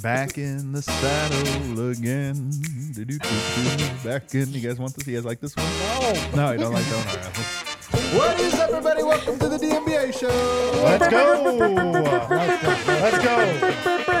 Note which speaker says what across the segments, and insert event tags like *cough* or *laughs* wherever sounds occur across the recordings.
Speaker 1: Back in the saddle again. Do-do-do-do. Back in. You guys want this? You guys like this one? No. No, I don't like that one. *laughs*
Speaker 2: What is up, everybody? Welcome to the DMBA show.
Speaker 1: Let's go. Let's go.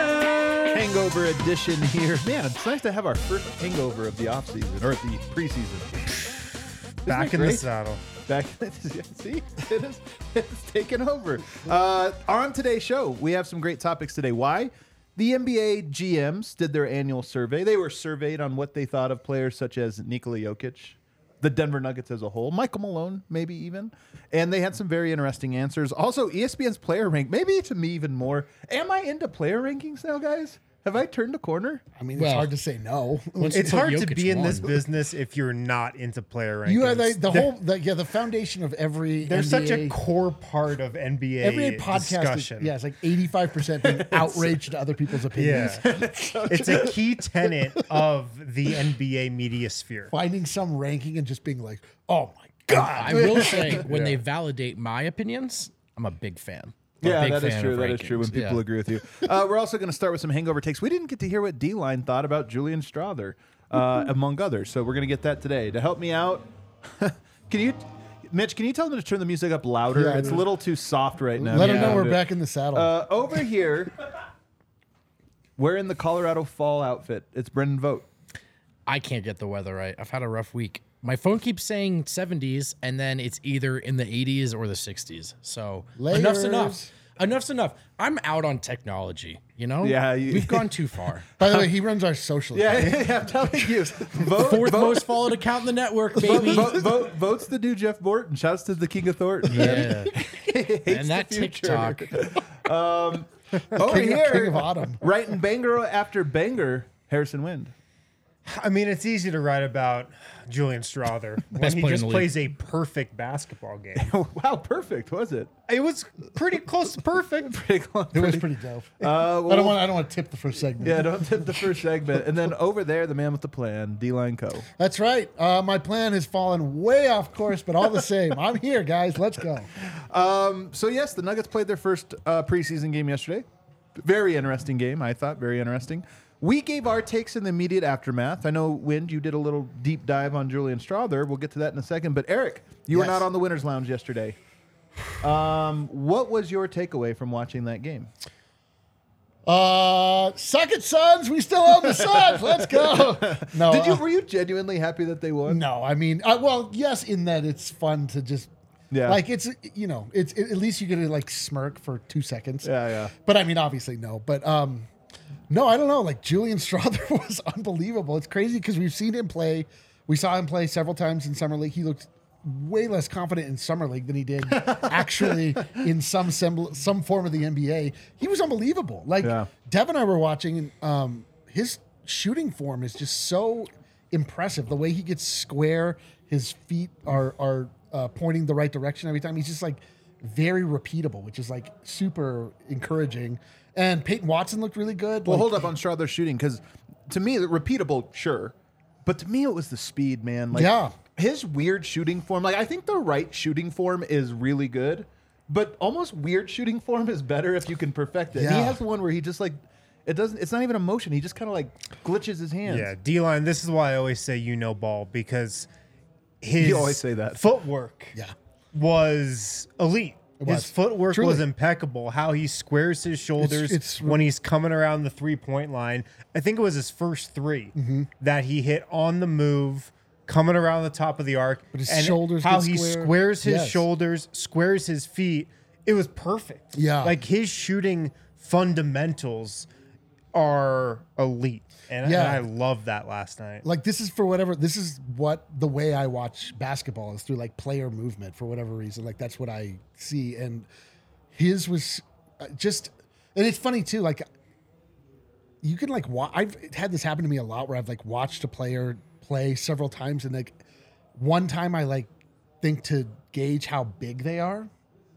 Speaker 1: Hangover edition here. Man, it's nice to have our first hangover of the off season or the preseason.
Speaker 3: Back
Speaker 1: it
Speaker 3: in the
Speaker 1: great?
Speaker 3: saddle.
Speaker 1: Back, *laughs* see, it is, it's taken over. Uh, on today's show, we have some great topics today. Why? The NBA GMs did their annual survey. They were surveyed on what they thought of players such as Nikola Jokic, the Denver Nuggets as a whole, Michael Malone, maybe even. And they had some very interesting answers. Also, E ESPN's player rank, maybe to me even more. Am I into player rankings now, guys? Have I turned a corner?
Speaker 2: I mean,
Speaker 3: Well,
Speaker 2: it's hard to say no.
Speaker 3: It's hard to be in this
Speaker 2: business.
Speaker 3: business if you're not into player rankings.
Speaker 2: You are the, the
Speaker 3: They're-
Speaker 2: whole, the, yeah, the foundation of every.
Speaker 3: They're such a
Speaker 2: NBA
Speaker 3: core part of NBA
Speaker 2: Every podcast, is,
Speaker 3: discussion.
Speaker 2: yeah, it's like eighty-five
Speaker 3: *laughs*
Speaker 2: percent being outraged at other people's opinions, *laughs*
Speaker 3: Yeah. *laughs* it's a key tenet of the NBA media sphere.
Speaker 2: finding some ranking and just being like, "Oh my
Speaker 1: *laughs*
Speaker 2: god!"
Speaker 4: I will say when they validate my opinions, I'm a big fan. I'm a
Speaker 1: Yeah,
Speaker 4: big
Speaker 1: that is
Speaker 4: fan
Speaker 1: true.
Speaker 4: of
Speaker 1: That is true. When
Speaker 4: rankings. Yeah.
Speaker 1: people agree with you, uh, we're also going to start with some hangover takes. We didn't get to hear what D Line thought about Julian Strother,
Speaker 4: *laughs*
Speaker 1: uh, among others. So we're going to get that today. To help me out, *laughs* can you, Mitch? Can you tell them to turn the music up louder?
Speaker 2: Yeah,
Speaker 1: it's a
Speaker 2: dude.
Speaker 1: little too soft right now.
Speaker 2: Let
Speaker 1: Yeah.
Speaker 2: them know we're
Speaker 1: Dude.
Speaker 2: back in the saddle.
Speaker 1: Uh, over here, we're in the Colorado Fall outfit. It's Brendan Vogt.
Speaker 4: I can't get the weather right. I've had a rough week. My phone keeps saying 70s, and then it's either in the 80s or the 60s. So enough's enough.
Speaker 2: Layers.
Speaker 4: Enough's enough. I'm out on technology. You know,
Speaker 1: Yeah, you-
Speaker 4: we've gone
Speaker 1: *laughs*
Speaker 4: too far.
Speaker 2: By the way, he runs our social.
Speaker 4: *laughs*
Speaker 2: account.
Speaker 1: I'm telling you, Vogt, Vogt-
Speaker 4: Fourth most followed account in
Speaker 1: *laughs*
Speaker 4: the network,
Speaker 1: Vogt-
Speaker 4: baby.
Speaker 1: Vogt- Vogt- Vogt's the new Jeff Borton. Shouts to the King of Thornton.
Speaker 4: Yeah,
Speaker 1: *laughs* Hates
Speaker 4: and that
Speaker 1: the future.
Speaker 4: TikTok.
Speaker 1: Over
Speaker 2: King of-
Speaker 1: Oh, here,
Speaker 2: King of Autumn.
Speaker 1: writing banger after banger, Harrison
Speaker 2: *laughs*
Speaker 1: Wind.
Speaker 3: I mean, it's easy to write about Julian *laughs* Strother when
Speaker 4: Best
Speaker 3: he
Speaker 4: player in
Speaker 3: just
Speaker 4: the league.
Speaker 3: plays a perfect basketball game.
Speaker 1: wow, perfect, was it?
Speaker 3: It was pretty close to *laughs* perfect.
Speaker 1: Pretty close. *laughs*
Speaker 2: It was pretty dope.
Speaker 1: Uh,
Speaker 2: *laughs* I
Speaker 1: well,
Speaker 2: don't want. I don't want to tip the first segment.
Speaker 1: yeah, don't tip the first segment. And then over there, the man with the plan, D Line Co.
Speaker 2: That's right. Uh, my plan has fallen way off course, but all the same, I'm here, guys. Let's go.
Speaker 1: So, yes, the Nuggets played their first uh, preseason game yesterday. Very interesting game, I thought. Very interesting. We gave our takes in the immediate aftermath. I know, Wind, you did a little deep dive on Julian Strother. We'll get to that in a second. But, Eric, you were
Speaker 2: Yes.
Speaker 1: not on the winner's lounge yesterday. Um, what was your takeaway from watching that game?
Speaker 2: Uh, suck it, Suns. We still own the Suns.
Speaker 1: *laughs*
Speaker 2: Let's go. No.
Speaker 1: Did you
Speaker 2: uh,
Speaker 1: were you genuinely happy that they won?
Speaker 2: no, I mean, uh, well, yes, in that it's fun to just.
Speaker 1: Yeah.
Speaker 2: Like it's you know it's at least you get to like smirk for two seconds.
Speaker 1: Yeah, yeah.
Speaker 2: But I mean, obviously no. But um, no, I don't know. Like Julian *laughs* Strother was unbelievable. It's crazy because we've seen him play. We saw him play several times in summer league. He looked way less confident in summer league than
Speaker 1: *laughs*
Speaker 2: he did actually in some sembl- some form of the NBA. He was unbelievable. Like
Speaker 1: Yeah.
Speaker 2: Dev and I were watching, and um, his shooting form is just so impressive. The way he gets square, his feet are are uh, pointing the right direction every time. He's just like very repeatable, which is like super encouraging. And Peyton Watson looked really good.
Speaker 1: Well,
Speaker 2: like-
Speaker 1: hold up on Strother shooting because to me, the repeatable, sure, but to me, it was the speed, man. Like,
Speaker 2: Yeah.
Speaker 1: his weird shooting form. Like, I think the right shooting form is really good, but almost weird shooting form is better if you can perfect it. And He
Speaker 2: Yeah.
Speaker 1: has the one where he just like. It doesn't. It's not even a motion. He just kind of like glitches his hands.
Speaker 3: Yeah, D line. This is why I always say you know ball because his
Speaker 1: You always say that.
Speaker 3: footwork
Speaker 2: Yeah.
Speaker 3: was elite.
Speaker 2: was.
Speaker 3: His footwork
Speaker 2: Truly.
Speaker 3: was impeccable. How he squares his shoulders
Speaker 2: it's-
Speaker 3: when he's coming around the three point line. I think it was his first 3
Speaker 2: Mm-hmm.
Speaker 3: that he hit on the move, coming around the top of the arc. But
Speaker 2: his shoulders
Speaker 3: how
Speaker 2: get
Speaker 3: he
Speaker 2: square.
Speaker 3: squares his
Speaker 2: Yes.
Speaker 3: shoulders, squares his feet. It was perfect.
Speaker 2: Yeah.
Speaker 3: like his shooting fundamentals are elite, and,
Speaker 2: Yeah.
Speaker 3: and I love that last night.
Speaker 2: like this is for whatever this is what the way I watch basketball is through like player movement for whatever reason like that's what I see and his was uh, just And it's funny too, like you can like wa- I've had this happen to me a lot where I've like watched a player play several times and like one time I like think to gauge how big they are.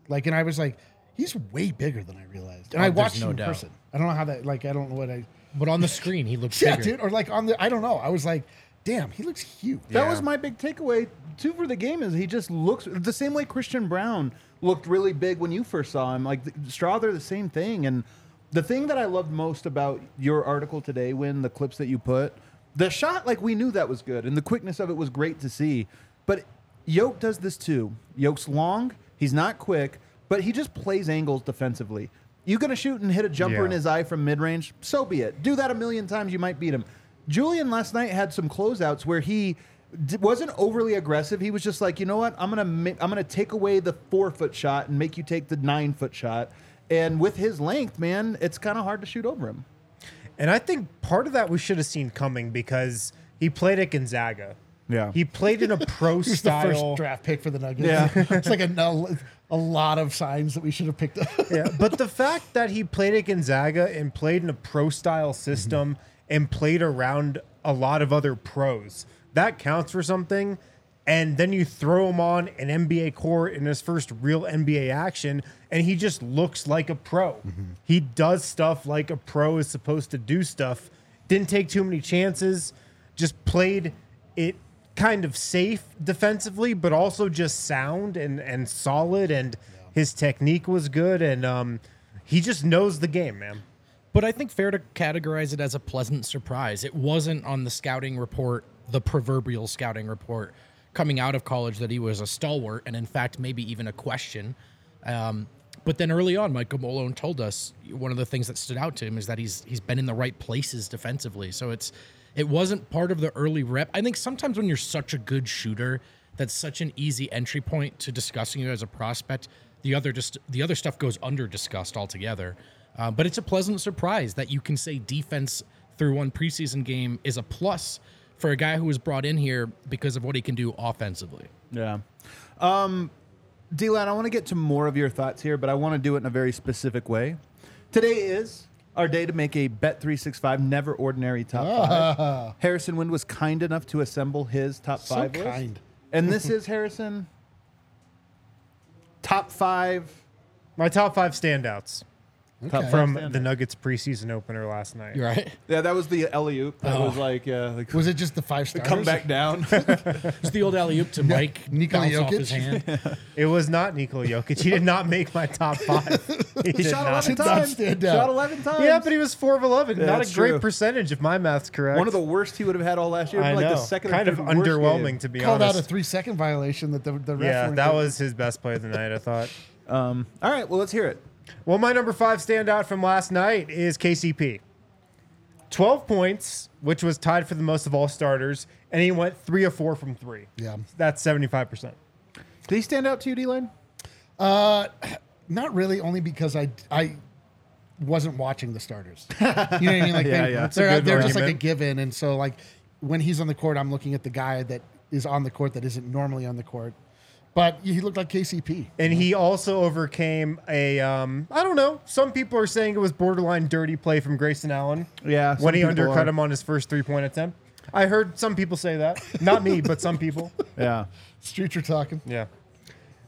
Speaker 2: Like and I was like, he's way bigger than I realized. And
Speaker 4: Oh,
Speaker 2: I
Speaker 4: there's
Speaker 2: watched
Speaker 4: no
Speaker 2: him in
Speaker 4: doubt.
Speaker 2: person. I don't know how that like I don't know what I
Speaker 4: But on the screen, he looks
Speaker 2: Yeah,
Speaker 4: bigger.
Speaker 2: dude, or like on the I don't know. I was like, damn, he looks huge.
Speaker 1: That was my big takeaway too for the game is he just looks the same way Christian Brown looked really big when you first saw him. Like th- Strother, the same thing. And the thing that I loved most about your article today, when the clips that you put, the shot, like we knew that was good, and the quickness of it was great to see. But Yoke does this too. Yoke's long, he's not quick, but he just plays angles defensively. You gonna shoot and hit a jumper in
Speaker 3: Yeah.
Speaker 1: his his eye from mid range, so be it. Do that a million times, you might beat him. Julian last night had some closeouts where he d- wasn't overly aggressive. He was just like, you know what, I'm gonna ma- I'm gonna take away the four foot shot and make you take the nine foot shot. And with his length, man, it's kind of hard to shoot over him.
Speaker 3: And I think part of that we should have seen coming because he played at Gonzaga.
Speaker 1: Yeah.
Speaker 3: He played in a
Speaker 2: *laughs*
Speaker 3: pro
Speaker 2: He's the
Speaker 3: style.
Speaker 2: first draft pick for the Nuggets.
Speaker 1: Yeah.
Speaker 2: *laughs* it's like a, a lot of signs that we should have picked
Speaker 3: *laughs*
Speaker 2: up.
Speaker 3: Yeah, but the fact that he played at Gonzaga and played in a pro style system and played around a lot of other pros, that counts for something. And then you throw him on an NBA court in his first real NBA action, and he just looks like a pro. He does stuff like a pro is supposed to do stuff. Didn't take too many chances, just played it kind of safe defensively, but also just sound and, and solid. And his technique was good, and um, he just knows the game, man.
Speaker 4: But I think fair to categorize it as a pleasant surprise. It wasn't on the scouting report, the proverbial scouting report coming out of college that he was a stalwart and, in fact, maybe even a question. Um, but then early on, Mike Malone told us one of the things that stood out to him is that he's he's been in the right places defensively. So it's it wasn't part of the early rep. I think sometimes when you're such a good shooter, that's such an easy entry point to discussing you as a prospect. The other just the other stuff goes under discussed altogether. Uh, but it's a pleasant surprise that you can say defense through one preseason game is a plus for a guy who was brought in here because of what he can do offensively.
Speaker 1: Yeah. Um, D-Lad, I want to get to more of your thoughts here, but I want to do it in a very specific way. Today is our day to make a Bet365 Never Ordinary Top
Speaker 3: Ah.
Speaker 1: 5. Harrison Wind was kind enough to assemble his Top 5 list.
Speaker 2: kind.
Speaker 1: And
Speaker 3: *laughs*
Speaker 1: this is, Harrison, Top 5.
Speaker 3: My top five standouts
Speaker 1: Top
Speaker 3: from the Nuggets preseason opener last night.
Speaker 4: You're right.
Speaker 1: Yeah, that was the alley-oop. That
Speaker 3: Oh.
Speaker 1: was like, yeah, like,
Speaker 2: Was it just the five
Speaker 1: *laughs*
Speaker 2: stars?
Speaker 1: come back down.
Speaker 4: It's the old alley
Speaker 1: *laughs*
Speaker 4: oop to Mike
Speaker 2: Nikola
Speaker 4: bounce off
Speaker 2: Jokic.
Speaker 4: his hand.
Speaker 3: It was not Nikola Jokic. He did not make my top five. *laughs* He, did
Speaker 1: Shot
Speaker 3: not.
Speaker 1: 11
Speaker 2: Did not
Speaker 1: times.
Speaker 2: stand out.
Speaker 1: Shot 11 times.
Speaker 3: Yeah, but he was four of eleven.
Speaker 1: Yeah,
Speaker 3: not
Speaker 1: that's
Speaker 3: a great
Speaker 1: true.
Speaker 3: percentage, if my math's correct.
Speaker 1: one of the worst he would have had all last year.
Speaker 3: I
Speaker 1: like
Speaker 3: know.
Speaker 1: the second or
Speaker 3: kind of
Speaker 1: third worst game.
Speaker 3: underwhelming to be
Speaker 2: Called out
Speaker 3: honest.
Speaker 2: a three second violation that the the ref.
Speaker 3: yeah,
Speaker 2: only
Speaker 3: that
Speaker 2: gave-
Speaker 3: was his best play of the night. I thought.
Speaker 1: All right, well, let's hear it.
Speaker 3: Well, my number five standout from last night is KCP. 12 points, which was tied for the most of all starters, and he went three or four from three.
Speaker 2: Yeah.
Speaker 3: That's 75%.
Speaker 1: Did he stand out to you, D-Lane?
Speaker 2: not really only because I I wasn't watching the starters. You know what I
Speaker 3: *laughs*
Speaker 2: mean? Like
Speaker 1: Yeah,
Speaker 2: they,
Speaker 1: yeah. That's
Speaker 3: a
Speaker 2: they're
Speaker 3: good
Speaker 2: they're just like a
Speaker 3: argument.
Speaker 2: given, and so like when he's on the court, I'm looking at the guy that is on the court that isn't normally on the court. But he looked like KCP.
Speaker 3: And he also overcame a, um, I don't know, some people are saying it was borderline dirty play from Grayson Allen.
Speaker 1: Yeah, some
Speaker 3: When he
Speaker 1: people
Speaker 3: undercut
Speaker 1: are.
Speaker 3: him on his first three point attempt. I heard some people say that. Not me, but
Speaker 1: *laughs*
Speaker 3: some people.
Speaker 1: Yeah.
Speaker 2: Streets are talking.
Speaker 3: Yeah.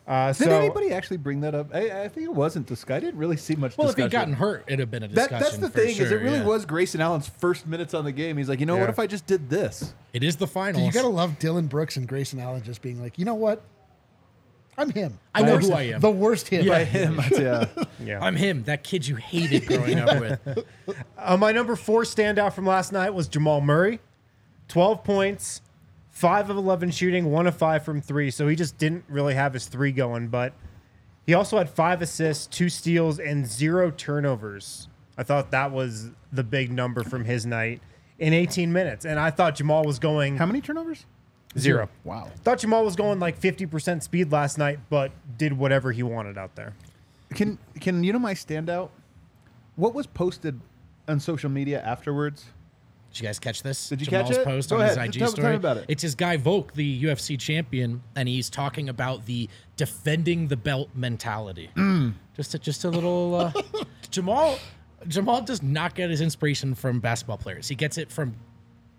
Speaker 3: Uh,
Speaker 1: Did
Speaker 3: so,
Speaker 1: anybody actually bring that up? I, I think it wasn't discussed. I didn't really see much.
Speaker 4: Well, if
Speaker 1: discussion.
Speaker 4: he'd gotten hurt, it'd have been a
Speaker 1: That,
Speaker 4: discussion.
Speaker 1: that's the
Speaker 4: for
Speaker 1: thing is,
Speaker 4: sure,
Speaker 1: it really
Speaker 4: yeah.
Speaker 1: was Grayson Allen's first minutes on the game. He's like, you know, what
Speaker 3: Yeah.
Speaker 1: if I just did this?
Speaker 4: It is the finals.
Speaker 2: You gotta love Dylan Brooks and Grayson Allen just being like, you know what? I'm him.
Speaker 4: I know
Speaker 2: Worst-
Speaker 4: who I am.
Speaker 2: The worst him.
Speaker 4: Yeah. *laughs*
Speaker 1: By him, yeah.
Speaker 3: Yeah.
Speaker 4: I'm him, that kid you hated growing up with.
Speaker 3: Uh, my number four standout from last night was Jamal Murray. 12 points, 5 of 11 shooting, 1 of 5 from 3. So he just didn't really have his 3 going, but he also had 5 assists, 2 steals and 0 turnovers. I thought that was the big number from his night in 18 minutes. And I thought Jamal was going
Speaker 1: *laughs* How many turnovers?
Speaker 3: zero.
Speaker 1: Wow.
Speaker 3: Thought Jamal was going like 50% speed last night, but did whatever he wanted out there.
Speaker 1: Can can you know my standout? What was posted on social media afterwards?
Speaker 4: Did you guys catch this?
Speaker 1: Did you
Speaker 4: Jamal's
Speaker 1: catch it?
Speaker 4: post
Speaker 1: Go
Speaker 4: on his
Speaker 1: ahead.
Speaker 4: IG
Speaker 1: Tell- tell
Speaker 4: story.
Speaker 1: me about it.
Speaker 4: It's his guy Volk, the UFC champion, and he's talking about the
Speaker 1: Mm. *laughs*
Speaker 4: defending the belt mentality. Just a, just a little uh, Jamal. Jamal does not get his inspiration from basketball players. He gets it from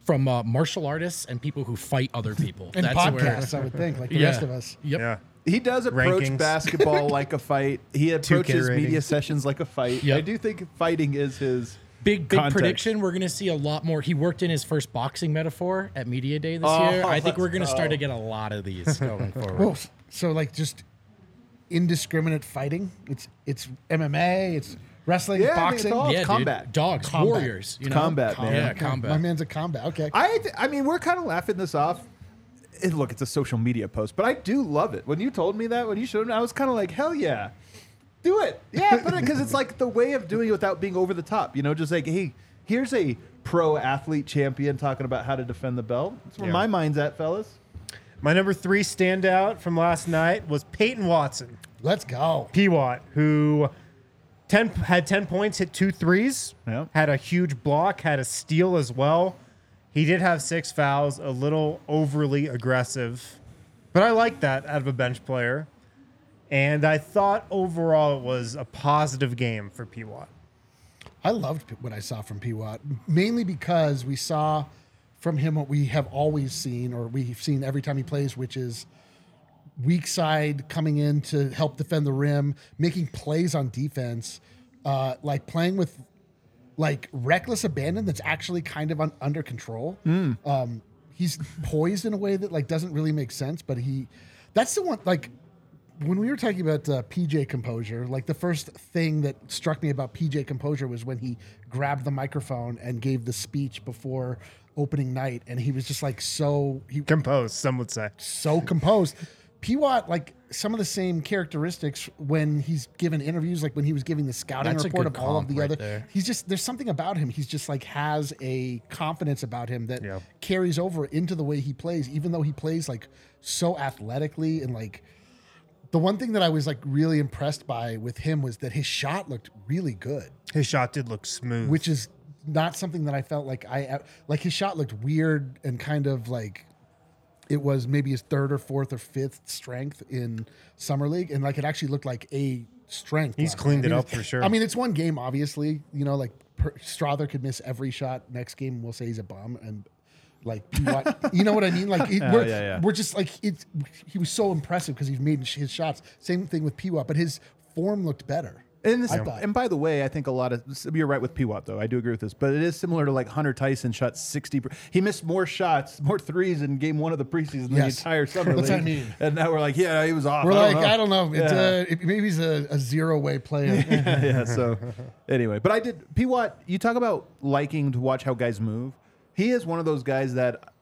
Speaker 4: from uh, martial artists and people who fight other people.
Speaker 2: And
Speaker 4: where-
Speaker 2: podcasts, I would think,
Speaker 4: *laughs*
Speaker 2: like the rest of us.
Speaker 4: Yep.
Speaker 3: Yeah.
Speaker 1: He does approach
Speaker 4: *laughs*
Speaker 3: Rankings.
Speaker 1: basketball like a fight. He approaches media
Speaker 3: ratings.
Speaker 1: sessions like a fight.
Speaker 4: Yep.
Speaker 1: I do think fighting is his
Speaker 4: Big big
Speaker 1: context.
Speaker 4: prediction. We're gonna see a lot more. He worked in his first boxing metaphor at media day this
Speaker 1: Oh, *laughs*
Speaker 4: year. I think we're gonna
Speaker 1: let's
Speaker 4: start
Speaker 1: go.
Speaker 4: to get a lot of these
Speaker 1: *laughs*
Speaker 4: going forward.
Speaker 2: Oh, s- so like just indiscriminate fighting. It's it's MMA. It's wrestling,
Speaker 1: Yeah, I mean, it's
Speaker 2: boxing.
Speaker 1: all-
Speaker 4: yeah, dude.
Speaker 1: combat.
Speaker 4: dogs,
Speaker 2: Combat.
Speaker 4: warriors. You know?
Speaker 1: Combat, man.
Speaker 4: Yeah,
Speaker 2: Okay,
Speaker 4: combat.
Speaker 2: My man's a combat. Okay.
Speaker 1: I, th- I mean, we're kind of laughing this off. And look, it's a social media post, but I do love it. When you told me that, when you showed me, I was kind of like, hell yeah, do it. Yeah, put it because it's like the way of doing it without being over the top. You know, just like, hey, here's a pro athlete champion talking about how to defend the belt. That's where
Speaker 3: Yeah.
Speaker 1: my mind's at, fellas.
Speaker 3: My number three standout from last night was Peyton Watson.
Speaker 2: Let's go.
Speaker 3: Pewatt, who ten had ten points, hit two threes,
Speaker 1: Yeah.
Speaker 3: had a huge block, had a steal as well. He did have six fouls, a little overly aggressive, but I like that out of a bench player. And I thought overall it was a positive game for Pewatt.
Speaker 2: I loved what I saw from Pewatt, mainly because we saw from him what we have always seen, or we've seen every time he plays, which is weak side coming in to help defend the rim, making plays on defense, uh, like playing with like reckless abandon that's actually kind of un- under control. Um, he's poised in a way that like doesn't really make sense, but he that's the one like when we were talking about uh, PJ composure, like the first thing that struck me about PJ composure was when he grabbed the microphone and gave the speech before opening night, and he was just like so he
Speaker 3: Composed, some would say.
Speaker 2: so composed. Pewatt, like some of the same characteristics when he's given interviews, like when he was giving the scouting
Speaker 4: That's a
Speaker 2: report
Speaker 4: good
Speaker 2: of all of
Speaker 4: comp
Speaker 2: the
Speaker 4: right
Speaker 2: other.
Speaker 4: there.
Speaker 2: He's just there's something about him. He's just like has a confidence about him that
Speaker 3: Yeah.
Speaker 2: carries over into the way he plays, even though he plays like so athletically and like. The one thing that I was like really impressed by with him was that his shot looked really good
Speaker 3: His shot did look smooth.
Speaker 2: which is not something that I felt like I uh, like. His shot looked weird and kind of like it was maybe his third or fourth or fifth strength in summer league, and like it actually looked like a strength.
Speaker 3: He's
Speaker 2: level.
Speaker 3: cleaned
Speaker 2: I
Speaker 3: it
Speaker 2: mean,
Speaker 3: up for sure.
Speaker 2: I mean, it's one game, obviously. You know, like per, Strother could miss every shot. Next game, we'll say he's a bum and. Like what- you know what I mean? Like
Speaker 3: *laughs*
Speaker 2: it, we're,
Speaker 1: yeah, yeah.
Speaker 2: we're just like it's. He was so impressive because he's made his shots. Same thing with Piwa, but his form looked better.
Speaker 1: And, this,
Speaker 2: I thought.
Speaker 1: and by the way, I think a lot of you're right with Pewatt though. I do agree with this, but it is similar to like Hunter Tyson shot sixty. per- He missed more shots, more threes in game one of the preseason than the
Speaker 2: Yes.
Speaker 1: entire summer
Speaker 2: That's
Speaker 1: league.
Speaker 2: what I mean.
Speaker 1: *laughs* And now we're like, yeah, he was off.
Speaker 2: We're like,
Speaker 1: know.
Speaker 2: I don't know. It's
Speaker 1: Yeah.
Speaker 2: uh it, maybe he's a, a zero way player.
Speaker 1: *laughs* yeah.
Speaker 2: *laughs*
Speaker 1: So anyway, but I did Pewatt. You talk about liking to watch how guys move. He is one of those guys that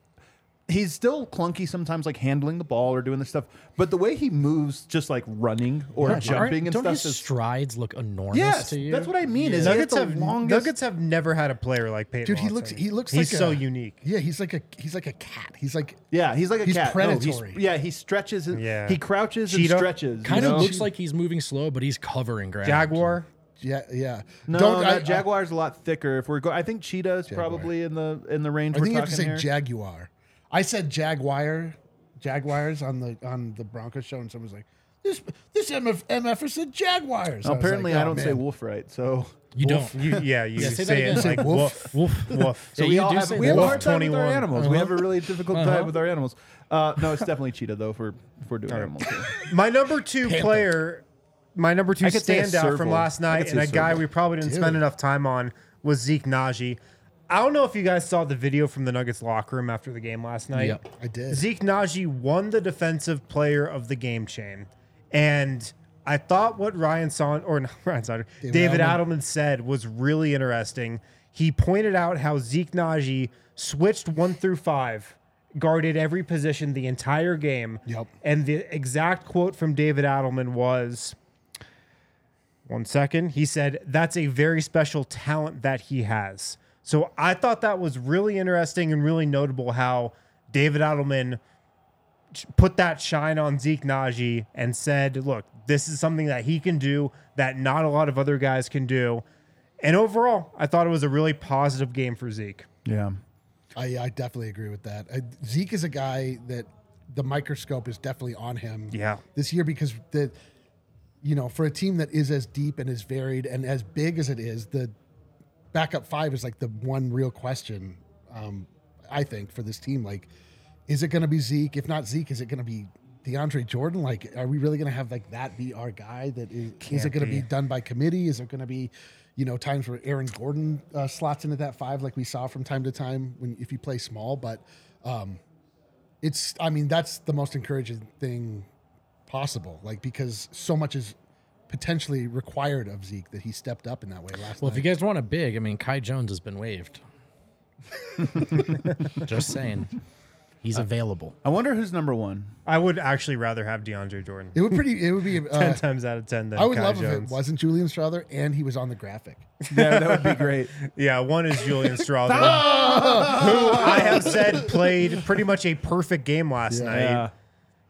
Speaker 1: he's still clunky sometimes, like handling the ball or doing this stuff. But the way he moves, just like running or
Speaker 4: Aren't-
Speaker 1: jumping and
Speaker 4: don't
Speaker 1: stuff,
Speaker 4: his
Speaker 1: is
Speaker 4: strides look enormous
Speaker 1: yes.
Speaker 4: to you?
Speaker 1: That's what I mean. Is he has
Speaker 3: Nuggets
Speaker 1: the
Speaker 3: have
Speaker 1: longest-
Speaker 3: Nuggets have never had a player like Peyton.
Speaker 2: Dude, he
Speaker 3: Watson.
Speaker 2: looks- he looks
Speaker 3: He's
Speaker 2: like
Speaker 3: so
Speaker 2: a-
Speaker 3: unique.
Speaker 2: yeah, he's like a he's like a cat. He's like
Speaker 1: Yeah, he's like a
Speaker 2: He's
Speaker 1: cat. No,
Speaker 2: predatory.
Speaker 1: yeah, he stretches. And,
Speaker 3: Yeah.
Speaker 1: He crouches
Speaker 3: Cheetah.
Speaker 1: and stretches. you
Speaker 4: Kind of
Speaker 1: know?
Speaker 4: looks like he's moving slow, but he's covering ground.
Speaker 3: Jaguar.
Speaker 2: yeah yeah.
Speaker 1: No,
Speaker 2: Don't
Speaker 1: no,
Speaker 2: I,
Speaker 1: Jaguar's a lot thicker. If we're going, I think Cheetah's probably in the in the range.
Speaker 2: I, I
Speaker 1: we're
Speaker 2: think you have to
Speaker 1: talking
Speaker 2: say
Speaker 1: here.
Speaker 2: jaguar. I said jaguar, jaguars on the on the Broncos show, and someone was like, "This this MF, MFer said jaguars." was
Speaker 1: Apparently,
Speaker 2: like,
Speaker 1: I
Speaker 2: "Oh,
Speaker 1: don't say
Speaker 2: man."
Speaker 1: wolf right.
Speaker 2: *laughs*
Speaker 1: So,
Speaker 4: You don't.
Speaker 3: You, yeah, you
Speaker 4: Yeah,
Speaker 3: say,
Speaker 4: say that again.
Speaker 3: it
Speaker 4: Say
Speaker 3: like
Speaker 2: woof.
Speaker 3: woof, woof, woof.
Speaker 1: so
Speaker 4: Yeah,
Speaker 1: we
Speaker 4: you
Speaker 1: all
Speaker 4: do
Speaker 1: have
Speaker 4: say
Speaker 1: we have a
Speaker 4: wolf.
Speaker 1: hard time with our
Speaker 3: 21.
Speaker 1: animals. We have a really difficult
Speaker 2: Uh-huh.
Speaker 1: time with our animals. Uh, no,
Speaker 2: *laughs*
Speaker 1: it's definitely Cheetah though. If we're if we're doing animals, here.
Speaker 3: My number two player, my number two
Speaker 1: I could say a
Speaker 3: standout
Speaker 1: serval.
Speaker 3: from last
Speaker 1: I
Speaker 3: night,
Speaker 1: could
Speaker 3: and
Speaker 1: say
Speaker 3: a guy
Speaker 1: serval.
Speaker 3: we probably didn't spend
Speaker 2: Dude.
Speaker 3: enough time on was Zeke Naji. I don't know if you guys saw the video from the Nuggets locker room after the game last night.
Speaker 4: *laughs* Yep.
Speaker 2: I did.
Speaker 3: Zeke Naji won the defensive player of the game chain. And I thought what Ryan Son or not *laughs* Ryan Saunders, David, Adelman. said was really interesting. He pointed out how Zeke Naji switched one through five, guarded every position the entire game.
Speaker 2: Yep.
Speaker 3: And the exact quote from David Adelman was one second. He said, That's a very special talent that he has. So I thought that was really interesting and really notable how David Adelman ch- put that shine on Zeke Naji and said, Look, this is something that he can do that not a lot of other guys can do. And overall, I thought it was a really positive game for Zeke.
Speaker 1: yeah.
Speaker 2: I, I definitely agree with that. I, Zeke is a guy that the microscope is definitely on him.
Speaker 3: Yeah.
Speaker 2: this year because the, you know, for a team that is as deep and as varied and as big as it is, the backup five is like the one real question, um, I think, for this team. Like, is it going to be Zeke? If not Zeke, is it going to be DeAndre Jordan? Like, are we really going to have like that be our guy? That is, is it going to be. done by committee? Is it going to be, you know, times where Aaron Gordon uh, slots into that five like we saw from time to time when if you play small? But um, it's, I mean, that's the most encouraging thing possible. Like because so much is potentially required of Zeke that he stepped up in that way last
Speaker 4: Well, if
Speaker 2: night.
Speaker 4: you guys want a big, I mean, Kai Jones has
Speaker 1: *laughs*
Speaker 4: been waived. Just saying, he's available.
Speaker 1: I wonder who's number one.
Speaker 3: I would actually rather have DeAndre Jordan.
Speaker 2: it would pretty. It would
Speaker 3: *laughs*
Speaker 2: be.
Speaker 3: Ten
Speaker 2: Uh,
Speaker 3: times out of ten, than
Speaker 2: I would
Speaker 3: Kai
Speaker 2: love if
Speaker 3: Jones.
Speaker 2: it wasn't Julian Strother and he was on the graphic.
Speaker 1: Yeah, that would be great.
Speaker 3: Yeah, one is
Speaker 2: *laughs*
Speaker 3: Julian Strother, who
Speaker 2: Ah!
Speaker 3: I have said played pretty much a perfect game last
Speaker 1: *laughs* Yeah.
Speaker 3: night.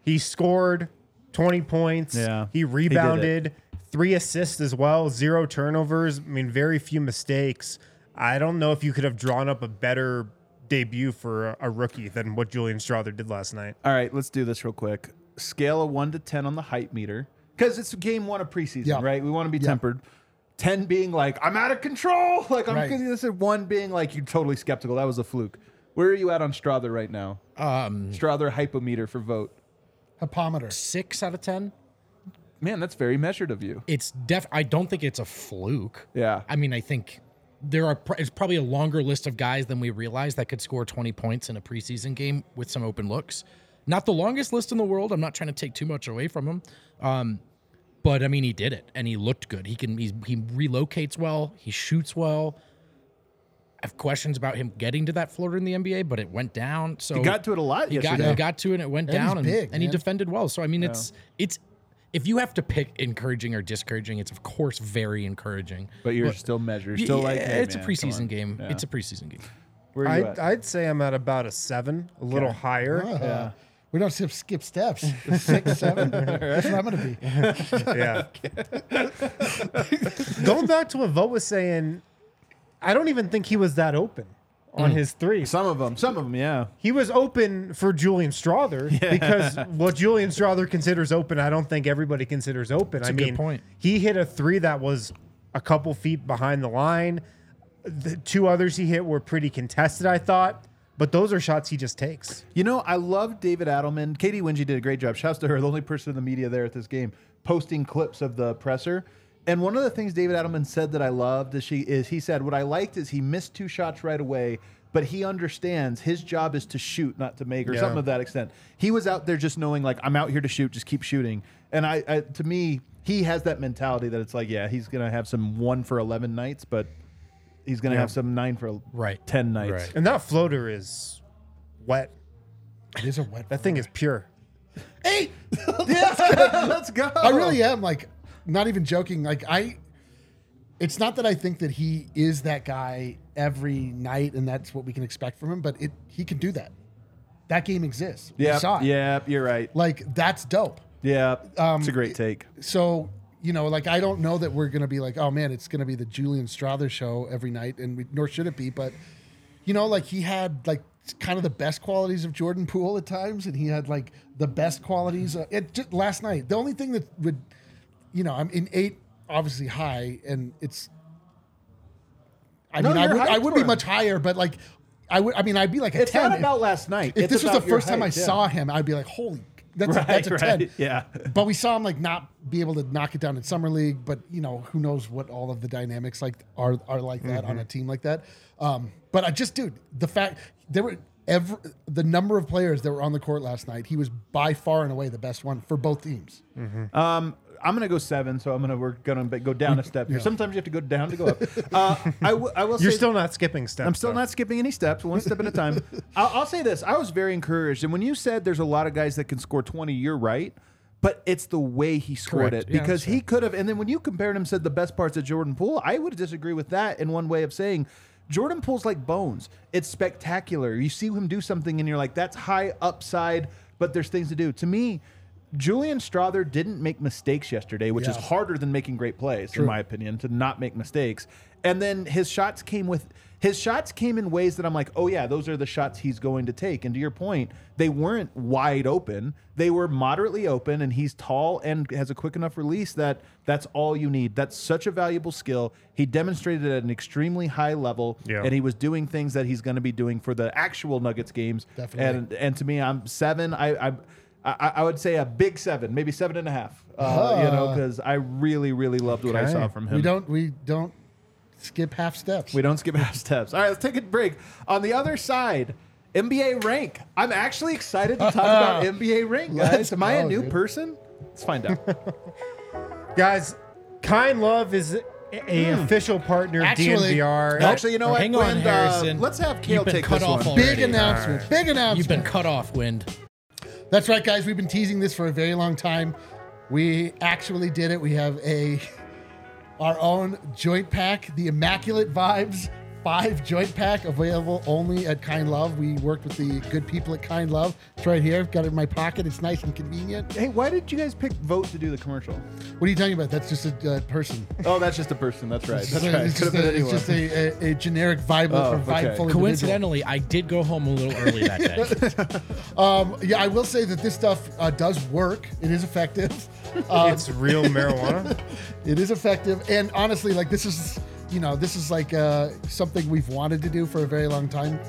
Speaker 3: He scored 20 points.
Speaker 1: Yeah. He
Speaker 3: He
Speaker 1: did it.
Speaker 3: rebounded, three assists as well, zero turnovers. I mean, very few mistakes. I don't know if you could have drawn up a better debut for a- a rookie than what Julian Strother did last night.
Speaker 1: All right, let's do this real quick. Scale of one to ten on the hype meter because it's game one of preseason,
Speaker 2: Yeah.
Speaker 1: right? We want to be tempered. Ten being like I'm out of control, *laughs* like I'm
Speaker 2: Right.
Speaker 1: getting this. and One being like you're totally skeptical. That was a fluke. Where are you at on Strother right now?
Speaker 4: Um,
Speaker 1: Strother hypometer for vote.
Speaker 2: Hypometer.
Speaker 4: six out of ten.
Speaker 1: Man, that's very measured of you.
Speaker 4: It's def. I don't think it's a fluke.
Speaker 1: Yeah.
Speaker 4: I mean, I think there are. Pr- it's probably a longer list of guys than we realize that could score 20 points in a preseason game with some open looks. Not the longest list in the world. I'm not trying to take too much away from him. Um, but I mean, he did it, and he looked good. He can. He's, he relocates well. He shoots well. I have questions about him getting to that floater in the NBA, but it went down. So
Speaker 1: He got to it a lot
Speaker 4: he got,
Speaker 1: yesterday.
Speaker 4: he got to it and it went
Speaker 2: And he's
Speaker 4: down and,
Speaker 2: big,
Speaker 4: and he
Speaker 2: man.
Speaker 4: defended well. So I mean it's it's if you have to pick encouraging or discouraging, it's of course very encouraging.
Speaker 1: but you're still measured. Still
Speaker 4: Yeah,
Speaker 1: like hey,
Speaker 4: it's a
Speaker 1: man, come on.
Speaker 4: preseason game. It's a preseason game.
Speaker 1: Where are you
Speaker 3: I'd,
Speaker 1: at?
Speaker 3: I'd say I'm at about a seven, a little higher.
Speaker 1: Ah.
Speaker 2: Uh, we don't skip, skip steps.
Speaker 1: *laughs*
Speaker 2: Six, seven. That's what I'm going to be.
Speaker 3: Yeah. Going back to what Vote was saying, I don't even think he was that open on
Speaker 1: Hmm.
Speaker 3: his three.
Speaker 1: some of them. Some of them. Yeah.
Speaker 3: He was open for Julian
Speaker 4: *laughs*
Speaker 3: Strother because what Julian Strother considers open, I don't think everybody considers open. I
Speaker 4: a good
Speaker 3: mean,
Speaker 4: point.
Speaker 3: he hit a three that was a couple feet behind the line. The two others he hit were pretty contested, I thought, but those are shots he just takes.
Speaker 1: You know, I love David Adelman. Katie Wingy did a great job. Shouts to her, the only person in the media there at this game, posting clips of the presser. And one of the things David Adelman said that I loved is she is he said, What I liked is he missed two shots right away, but he understands his job is to shoot, not to make, or something of that extent. He was out there just knowing like I'm out here to shoot, just keep shooting. And I, I to me, he has that mentality that it's like, yeah, he's gonna have some one for eleven nights, but he's gonna have some nine for
Speaker 4: Right.
Speaker 1: ten nights.
Speaker 4: Right.
Speaker 1: *laughs*
Speaker 3: And that floater is wet.
Speaker 2: It is a wet.
Speaker 3: That thing is pure.
Speaker 1: *laughs* Let's go.
Speaker 2: I really am like not even joking. Like I it's not that I think that he is that guy every night and that's what we can expect from him, but it he can do that. That game exists. We saw
Speaker 1: Yeah,
Speaker 2: it.
Speaker 1: yeah, you're right.
Speaker 2: Like that's dope.
Speaker 1: Yeah, it's a great take.
Speaker 2: So you know, like I don't know that we're gonna be like, oh man, it's gonna be the Julian Strother show every night, and we, nor should it be. But you know, like he had like kind of the best qualities of Jordan Poole at times, and he had like the best qualities. Of, it just, last night, the only thing that would, you know, I'm in eight, obviously high, and it's. I
Speaker 1: No,
Speaker 2: mean, I
Speaker 1: you're
Speaker 2: would, I
Speaker 1: hyped
Speaker 2: would
Speaker 1: for
Speaker 2: be
Speaker 1: him.
Speaker 2: much higher, but like, I would. I mean, I'd be like a
Speaker 1: It's
Speaker 2: ten.
Speaker 1: not
Speaker 2: if-
Speaker 1: about last night.
Speaker 2: If,
Speaker 1: It's
Speaker 2: this was the
Speaker 1: about your
Speaker 2: first time I
Speaker 1: height, yeah.
Speaker 2: saw him, I'd be like, holy, that's a, that's a
Speaker 4: *laughs*
Speaker 2: ten
Speaker 1: Yeah.
Speaker 2: but we saw him like not be able to knock it down in summer league. But you know, who knows what all of the dynamics like are are like that on
Speaker 4: Mm-hmm.
Speaker 2: a team like that. Um, but I just, dude, the fact there were every the number of players that were on the court last night, he was by far and away the best one for both teams.
Speaker 1: I'm gonna go seven, so I'm gonna we're gonna b- go down a step here. Sometimes you have to go down to go up. Uh, I, w- I will.
Speaker 3: You're
Speaker 1: say-
Speaker 3: still not skipping steps.
Speaker 1: I'm still
Speaker 3: though.
Speaker 1: not skipping any steps, one step at a
Speaker 4: *laughs*
Speaker 1: time. I'll, I'll say this: I was very encouraged, and when you said there's a lot of guys that can score 20, you're right. But it's the way he scored
Speaker 4: Correct.
Speaker 1: it
Speaker 4: Yeah,
Speaker 1: because he could have. And then when you compared him, said the best parts of Jordan Poole, I would disagree with that in one way of saying. Jordan Poole's like bones. It's spectacular. You see him do something and you're like, that's high upside, but there's things to do. To me, Julian Strother didn't make mistakes yesterday, which is
Speaker 2: Yeah.
Speaker 1: harder than making great plays, in my opinion, to not make mistakes. And then his shots came with His shots came in ways that I'm like, oh yeah, those are the shots he's going to take. And to your point, they weren't wide open. They were moderately open, and he's tall and has a quick enough release that that's all you need. That's such a valuable skill. He demonstrated it at an extremely high level,
Speaker 3: Yeah.
Speaker 1: and he was doing things that he's going to be doing for the actual Nuggets games.
Speaker 2: Definitely.
Speaker 1: And and to me, I'm seven. I I I, I would say a big seven, maybe seven and a half. Uh, You know, because I really really loved what I
Speaker 3: Okay.
Speaker 1: saw from him.
Speaker 2: We don't we don't skip half steps.
Speaker 1: We don't skip *laughs* half steps. All right, let's take a break. On the other side, NBA rank. I'm actually excited to talk *laughs* about NBA rank, guys.
Speaker 2: Let's
Speaker 1: Am I a
Speaker 2: go,
Speaker 1: new
Speaker 2: dude.
Speaker 1: person? Let's find *laughs* out.
Speaker 3: Guys, Kind Love is a, a official partner of
Speaker 2: Hmm. Actually-
Speaker 3: DNVR.
Speaker 1: Actually, you know what?
Speaker 4: Hang on,
Speaker 1: Wind, uh,
Speaker 4: Harrison.
Speaker 1: let's have
Speaker 4: You've
Speaker 1: Kale
Speaker 4: been
Speaker 1: take
Speaker 4: cut
Speaker 1: this
Speaker 4: off
Speaker 1: one.
Speaker 4: already.
Speaker 2: Big announcement. Big announcement.
Speaker 4: You've been cut off, Wind.
Speaker 2: That's right, guys. We've been teasing this for a very long time. We actually did it. We have a *laughs* our own joint pack, the Immaculate Vibes Five Joint Pack, available only at Kind Love. We worked with the good people at Kind Love. It's right here. I've got it in my pocket. It's nice and convenient.
Speaker 1: Hey, why did you guys pick vote to do the commercial?
Speaker 2: What are you talking about? That's just a uh, person.
Speaker 1: Oh, that's just a person. That's *laughs* right. *laughs* That's
Speaker 2: It's
Speaker 1: right.
Speaker 2: just
Speaker 1: Could have
Speaker 2: a-
Speaker 1: been
Speaker 2: it's
Speaker 1: anyone.
Speaker 2: just a, a, a generic vibe
Speaker 1: Oh,
Speaker 2: for
Speaker 1: okay.
Speaker 2: vibe.
Speaker 4: Coincidentally, I did go home a little early that
Speaker 2: *laughs*
Speaker 4: day.
Speaker 2: Um, yeah, I will say that this stuff uh, does work. It is effective. *laughs* Um,
Speaker 3: it's real
Speaker 2: *laughs*
Speaker 3: marijuana.
Speaker 2: it is effective and honestly like this is you know this is like uh, something we've wanted to do for a very long time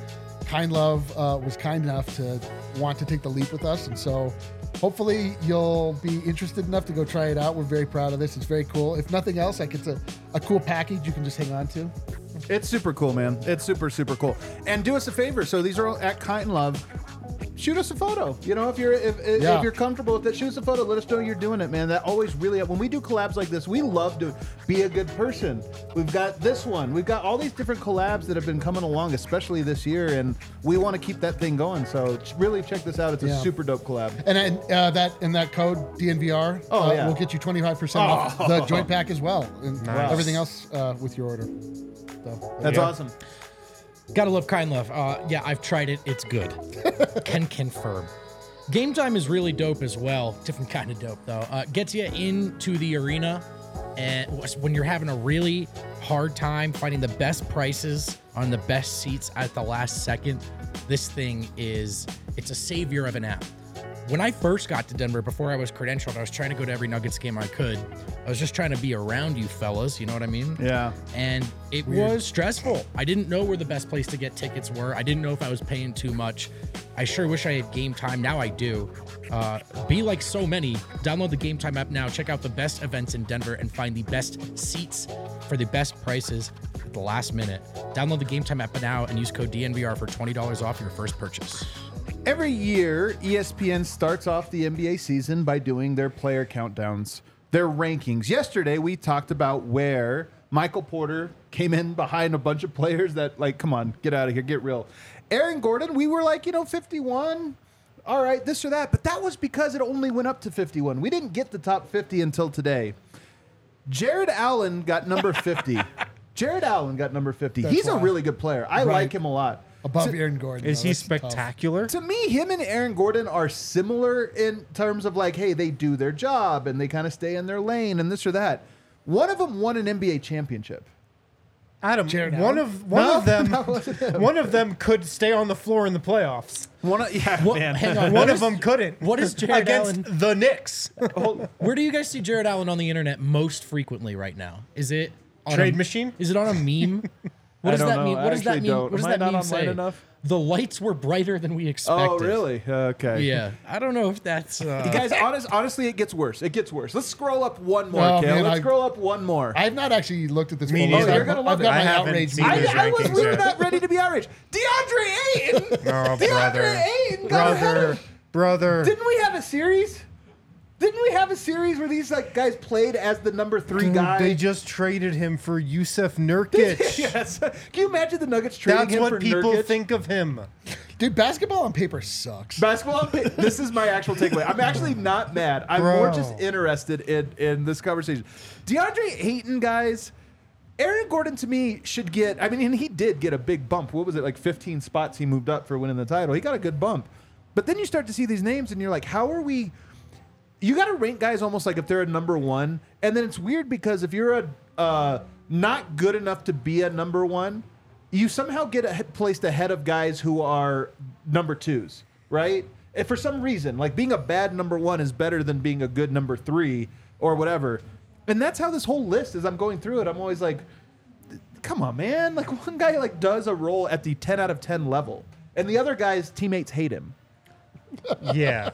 Speaker 2: kind love uh, was kind enough to want to take the leap with us and so hopefully you'll be interested enough to go try it out we're very proud of this it's very cool if nothing else like it's a, a cool package you can just hang on to
Speaker 1: It's super cool, man. It's super super cool. And do us a favor. So these are all at Kind Love. Shoot us a photo. You know, if you're if, if,
Speaker 2: Yeah.
Speaker 1: if you're comfortable with it, shoot us a photo. Let us know you're doing it, man. That always really when we do collabs like this, we love to be a good person. We've got this one. We've got all these different collabs that have been coming along, especially this year, and we want to keep that thing going. So ch- really check this out. It's a
Speaker 2: Yeah.
Speaker 1: super dope collab.
Speaker 2: and, and uh, that and that code DNVR
Speaker 1: Oh,
Speaker 2: uh,
Speaker 1: yeah.
Speaker 2: will get you 25% off the joint pack as well and
Speaker 3: Oh. Nice.
Speaker 2: everything else uh, with your order so,
Speaker 1: That's
Speaker 3: Yeah.
Speaker 1: awesome.
Speaker 4: Gotta love Kind Love. Uh, yeah, I've tried it. It's good. Can confirm. Game time is really dope as well. Different kind of dope though. Uh, gets you into the arena, and when you're having a really hard time finding the best prices on the best seats at the last second, this thing is it's a savior of an app. when I first got to Denver, before I was credentialed, I was trying to go to every Nuggets game I could. I was just trying to be around you fellas, you know what I mean?
Speaker 1: Yeah.
Speaker 4: And it was stressful. I didn't know where the best place to get tickets were. I didn't know if I was paying too much. I sure wish I had game time. Now I do. Uh, be like so many. Download the game time app now. Check out the best events in Denver and find the best seats for the best prices at the last minute. Download the game time app now and use code DNVR for $20 off your first purchase.
Speaker 1: Every year, E ESPN starts off the NBA season by doing their player countdowns, their rankings. Yesterday, we talked about where Michael Porter came in behind a bunch of players that, like, come on, get out of here, get real. Aaron Gordon, we were like, you know, 51, all right, this or that, but that was because it only went up to 51. We didn't get the top 50 until today. Jared Allen got number 50. Jared Allen got number 50. He's a
Speaker 2: wild.
Speaker 1: really good player. I like him a lot.
Speaker 2: above
Speaker 1: So-
Speaker 2: Aaron Gordon
Speaker 3: Is
Speaker 2: though,
Speaker 3: he
Speaker 2: that's tough.
Speaker 3: spectacular?
Speaker 1: to me, him and Aaron Gordon are similar in terms of like, hey, they do their job and they kind of stay in their lane and this or that. One of them won an NBA championship.
Speaker 3: Adam,
Speaker 2: Jared
Speaker 3: one
Speaker 2: Allen?
Speaker 3: of one
Speaker 1: No,
Speaker 3: of
Speaker 4: *laughs*
Speaker 3: them,
Speaker 1: that wasn't
Speaker 3: one of them could stay on the floor in the playoffs.
Speaker 1: One, of, yeah,
Speaker 4: *laughs* What- hang on.
Speaker 3: One
Speaker 4: what
Speaker 3: of
Speaker 4: is-
Speaker 3: them couldn't. *laughs*
Speaker 4: what is Jared
Speaker 3: against
Speaker 4: Allen?
Speaker 3: the *laughs* Knicks?
Speaker 4: Where do you guys see Jared Allen on the internet most frequently right now? Is it on
Speaker 3: Trade
Speaker 4: a,
Speaker 3: machine?
Speaker 1: *laughs*
Speaker 4: Is it on a meme? What
Speaker 1: I
Speaker 4: does
Speaker 1: don't
Speaker 4: that
Speaker 1: know.
Speaker 4: mean?
Speaker 1: I
Speaker 4: What does that
Speaker 1: actually
Speaker 4: mean?
Speaker 1: don't.
Speaker 4: What does
Speaker 1: Am I
Speaker 4: that
Speaker 1: not
Speaker 4: meme
Speaker 1: online
Speaker 4: say?
Speaker 1: enough?
Speaker 4: The lights were brighter than we expected.
Speaker 1: oh, really? Okay.
Speaker 4: Yeah. I don't know if
Speaker 1: *laughs*
Speaker 4: that's. Uh,
Speaker 1: You *laughs* guys, honest, honestly, it gets worse. It gets worse. Let's scroll up one more,
Speaker 2: Oh,
Speaker 1: Kale.
Speaker 2: man,
Speaker 1: Let's
Speaker 2: I-
Speaker 1: scroll up one more.
Speaker 2: I've not actually looked at this.
Speaker 3: Me
Speaker 2: full
Speaker 3: neither.
Speaker 2: list.
Speaker 3: Oh,
Speaker 1: you're gonna
Speaker 2: I've-
Speaker 1: love
Speaker 2: I've
Speaker 1: it.
Speaker 2: got
Speaker 3: I
Speaker 2: my
Speaker 3: haven't
Speaker 2: outrage.
Speaker 3: seen
Speaker 1: I,
Speaker 3: it.
Speaker 2: meter.
Speaker 3: These
Speaker 1: I was
Speaker 3: rankings
Speaker 1: we were
Speaker 3: are-
Speaker 1: not ready to be outraged. DeAndre Ayton.
Speaker 3: Oh, brother.
Speaker 1: DeAndre Ayton got ahead
Speaker 3: Brother.
Speaker 1: of-
Speaker 3: Brother.
Speaker 1: Didn't we have a series? Didn't we have a series where these like guys played as the number three guy?
Speaker 3: They just traded him for Yusef *laughs*
Speaker 1: *laughs*
Speaker 3: Nurkic.
Speaker 1: yes. Can you imagine the Nuggets trading
Speaker 3: That's
Speaker 1: him
Speaker 3: what
Speaker 1: for
Speaker 3: people
Speaker 1: Nurkic?
Speaker 3: think of him.
Speaker 2: Dude, basketball on paper sucks.
Speaker 1: Basketball.
Speaker 3: *laughs*
Speaker 1: on pa- this is my actual takeaway. I'm actually not mad. I'm more
Speaker 3: Bro.
Speaker 1: just interested in in this conversation. DeAndre Ayton, guys. Aaron Gordon to me should get. I mean, and he did get a big bump. What was it like? 15 spots he moved up for winning the title. He got a good bump. But then you start to see these names, and you're like, how are we? you got to rank guys almost like if they're a number one, and then it's weird because if you're a uh, not good enough to be a number one, you somehow get a, placed ahead of guys who are number twos, right? If for some reason, like being a bad number one is better than being a good number three or whatever. And that's how this whole list, as I'm going through it, I'm always like, come on, man. Like *laughs* one guy like does a role at the 10 out of 10 level, and the other guy's teammates hate him.
Speaker 3: yeah.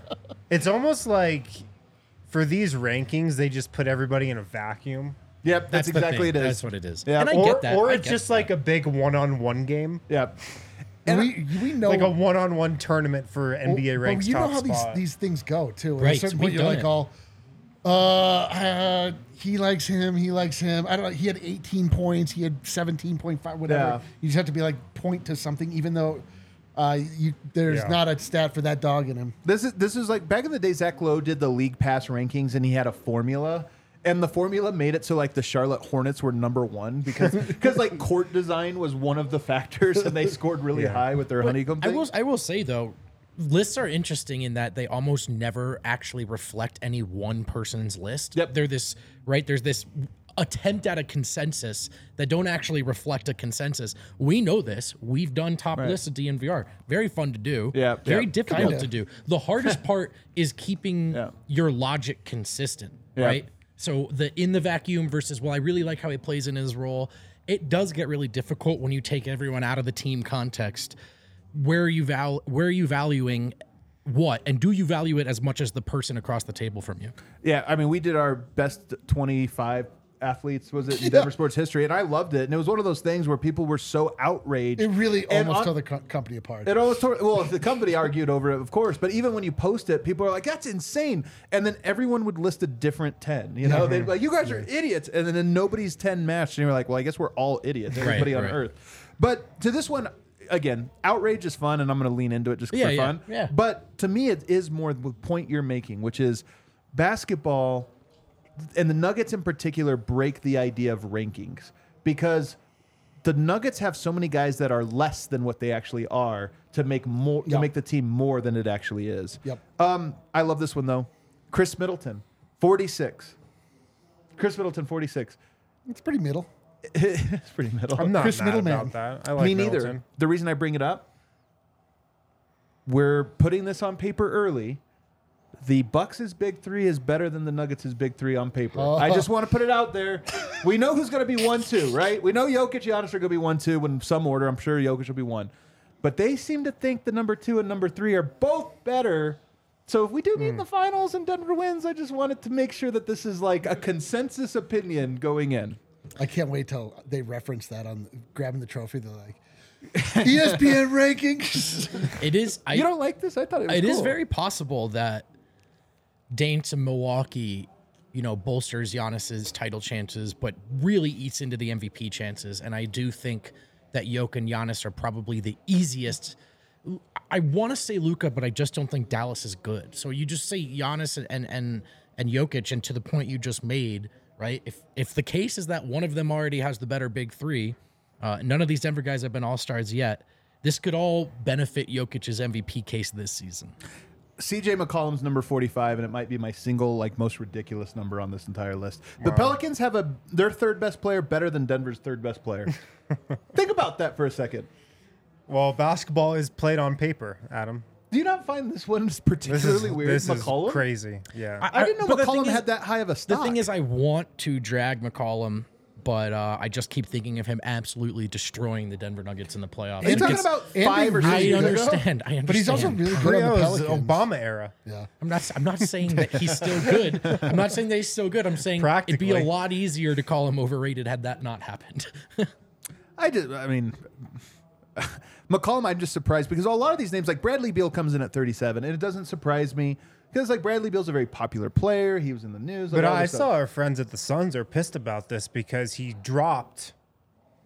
Speaker 3: It's almost like for these rankings, they just put everybody in a vacuum.
Speaker 1: Yep, that's,
Speaker 4: the
Speaker 1: exactly
Speaker 4: thing.
Speaker 1: it is.
Speaker 4: That's what it is.
Speaker 1: Yeah.
Speaker 4: And I
Speaker 3: or,
Speaker 4: get that.
Speaker 3: Or
Speaker 4: I
Speaker 3: it's
Speaker 4: get
Speaker 3: just
Speaker 4: that.
Speaker 3: like a big one on one game.
Speaker 1: Yep.
Speaker 2: we we know
Speaker 3: Like a one on one tournament for NBA
Speaker 2: Well,
Speaker 3: ranks.
Speaker 2: You
Speaker 3: top
Speaker 2: know how
Speaker 3: spot.
Speaker 2: these these things go too. At a
Speaker 4: Right,
Speaker 2: certain
Speaker 4: we've
Speaker 2: point, you're
Speaker 4: done
Speaker 2: like,
Speaker 4: it.
Speaker 2: all, uh, uh, he likes him, he likes him. I don't know. He had 18 points, he had 17.5, whatever.
Speaker 1: Yeah.
Speaker 2: You just have to be like point to something, even though uh, you there's
Speaker 3: Yeah.
Speaker 2: not a stat for that dog in him.
Speaker 1: This is this is like back in the day. Zach Lowe did the league pass rankings, and he had a formula, and the formula made it so like the Charlotte Hornets were number one because because like court design was one of the factors, and they scored really high with their honeycomb.
Speaker 4: I
Speaker 1: Thing.
Speaker 4: will. I will say though, lists are interesting in that they almost never actually reflect any one person's list.
Speaker 1: Yep.
Speaker 4: They're this right. There's this attempt at a consensus that don't actually reflect a consensus. We know this. We've done top lists at DNVR. Very fun to do.
Speaker 1: Yeah,
Speaker 4: Very
Speaker 1: yeah.
Speaker 4: difficult
Speaker 2: Kinda.
Speaker 4: to do. The
Speaker 1: *laughs*
Speaker 4: hardest part is keeping
Speaker 1: Yeah.
Speaker 4: your logic consistent.
Speaker 1: Yeah.
Speaker 4: Right. So the in the vacuum versus well, I really like how he plays in his role. It does get really difficult when you take everyone out of the team context. Where are you val where are you valuing what and do you value it as much as the person across the table from you?
Speaker 1: Yeah, I mean, we did our best 25 athletes, was it, in Denver sports history, and I loved it. And it was one of those things where people were so outraged.
Speaker 2: It really
Speaker 1: And
Speaker 2: almost
Speaker 1: on-
Speaker 2: tore the co- company apart.
Speaker 1: It always tore, well, the company argued over it, of course. But even when you post it, people are like, "That's insane," and then everyone would list a different ten. You know, they'd be like, "You guys are idiots," and then nobody's ten matched, and you're like, "Well, I guess we're all idiots, everybody on
Speaker 4: right.
Speaker 1: earth." But to this one, again, outrage is fun, and I'm going to lean into it just
Speaker 4: Yeah,
Speaker 1: for
Speaker 4: yeah,
Speaker 1: fun.
Speaker 4: yeah.
Speaker 1: But to me, it is more the point you're making, which is basketball and the Nuggets in particular break the idea of rankings because the Nuggets have so many guys that are less than what they actually are to make more to
Speaker 2: Yep.
Speaker 1: make the team more than it actually is.
Speaker 2: Yep.
Speaker 1: Um, I love this one though. Chris Middleton, 46. Chris Middleton, 46.
Speaker 2: it's pretty middle.
Speaker 1: *laughs* it's pretty middle.
Speaker 3: I'm not
Speaker 2: Chris
Speaker 3: mad
Speaker 2: Middleman.
Speaker 3: about that. I like
Speaker 1: Me neither.
Speaker 3: Middleton.
Speaker 1: The reason I bring it up, we're putting this on paper early. The Bucks' big three is better than the Nuggets' big three on paper. I just want to put it out there. We know who's going to be one two, right? We know Jokic, Giannis are going to be one two. In some order, I'm sure Jokic will be one. But they seem to think the number two and number three are both better. So if we do meet in the finals and Denver wins, I just wanted to make sure that this is like a consensus opinion going in.
Speaker 2: I can't wait till they reference that on grabbing the trophy. They're like, E ESPN rankings.
Speaker 4: It is I
Speaker 1: You don't like this? I thought it was
Speaker 4: It is
Speaker 1: cool.
Speaker 4: very possible that Dainton Milwaukee, you know, bolsters Giannis's title chances, but really eats into the MVP chances. And I do think that Jokic and Giannis are probably the easiest. I want to say Luca, but I just don't think Dallas is good. So you just say Giannis and and and, and Jokic, and to the point you just made, right? If if the case is that one of them already has the better big three, uh, none of these Denver guys have been all stars yet. This could all benefit Jokic's MVP case this season.
Speaker 1: CJ McCollum's number 45, and it might be my single like most ridiculous number on this entire list. The Pelicans have a their third best player better than Denver's third best player. Think about that for a second.
Speaker 3: Well, basketball is played on paper, Adam.
Speaker 1: Do you not find this one is
Speaker 3: This
Speaker 1: particularly
Speaker 3: is
Speaker 1: weird?
Speaker 3: This
Speaker 1: McCollum?
Speaker 3: is crazy. Yeah.
Speaker 1: I didn't know
Speaker 4: But the
Speaker 1: McCollum
Speaker 4: thing is-
Speaker 1: had that high of a
Speaker 4: The
Speaker 1: stock.
Speaker 4: thing is, I want to drag McCollum, but uh, I just keep thinking of him absolutely destroying the Denver Nuggets in the playoffs.
Speaker 1: you're
Speaker 4: It
Speaker 1: talking
Speaker 4: gets-
Speaker 1: about
Speaker 2: Andy
Speaker 1: five or six.
Speaker 4: I
Speaker 2: really
Speaker 1: years ago?
Speaker 4: understand. I understand.
Speaker 2: But he's also really good
Speaker 3: Korea
Speaker 2: on the
Speaker 3: was the
Speaker 2: Pelicans.
Speaker 3: Obama era.
Speaker 2: Yeah.
Speaker 4: I'm not. I'm not saying that he's still good. I'm not saying that he's still good. I'm saying it'd be a
Speaker 3: Practically.
Speaker 4: lot easier to call him overrated had that not happened. *laughs*
Speaker 1: I just, I mean, *laughs* McCollum, I'm just surprised because a lot of these names, like Bradley Beal, comes in at 37, and it doesn't surprise me because like Bradley Beal's a very popular player. He was in the news. like
Speaker 3: But
Speaker 1: all
Speaker 3: I
Speaker 1: this stuff.
Speaker 3: saw our friends at the Suns are pissed about this because he dropped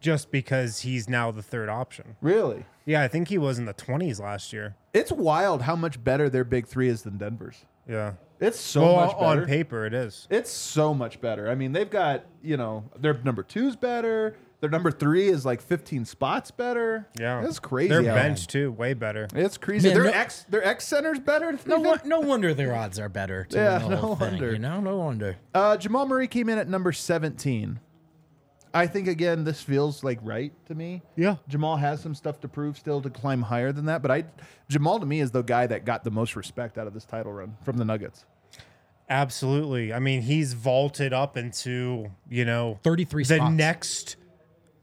Speaker 3: just because he's now the third option.
Speaker 1: really.
Speaker 3: Yeah, I think he was in the 20s last year.
Speaker 1: It's wild how much better their big three is than Denver's.
Speaker 3: Yeah.
Speaker 1: It's so
Speaker 3: well,
Speaker 1: much better.
Speaker 3: on paper, it is.
Speaker 1: It's so much better. I mean, they've got, you know, their number two's better. Their number three is like 15 spots better.
Speaker 3: Yeah.
Speaker 1: That's crazy.
Speaker 3: Their
Speaker 1: how-
Speaker 3: bench, too, way better.
Speaker 1: It's crazy.
Speaker 4: Man,
Speaker 1: their
Speaker 4: no-
Speaker 1: ex their ex center's better.
Speaker 4: no, won- no wonder their odds are better. To
Speaker 1: Yeah,
Speaker 4: win the whole
Speaker 1: no
Speaker 4: thing,
Speaker 1: wonder.
Speaker 4: You know, no wonder.
Speaker 1: Uh, Jamal Murray came in at number 17. I think again, this feels like right to me.
Speaker 3: Yeah.
Speaker 1: Jamal has some stuff to prove still to climb higher than that, but I Jamal to me is the guy that got the most respect out of this title run from the Nuggets.
Speaker 3: Absolutely. I mean, he's vaulted up into, you know,
Speaker 4: 33
Speaker 3: the
Speaker 4: spots.
Speaker 3: next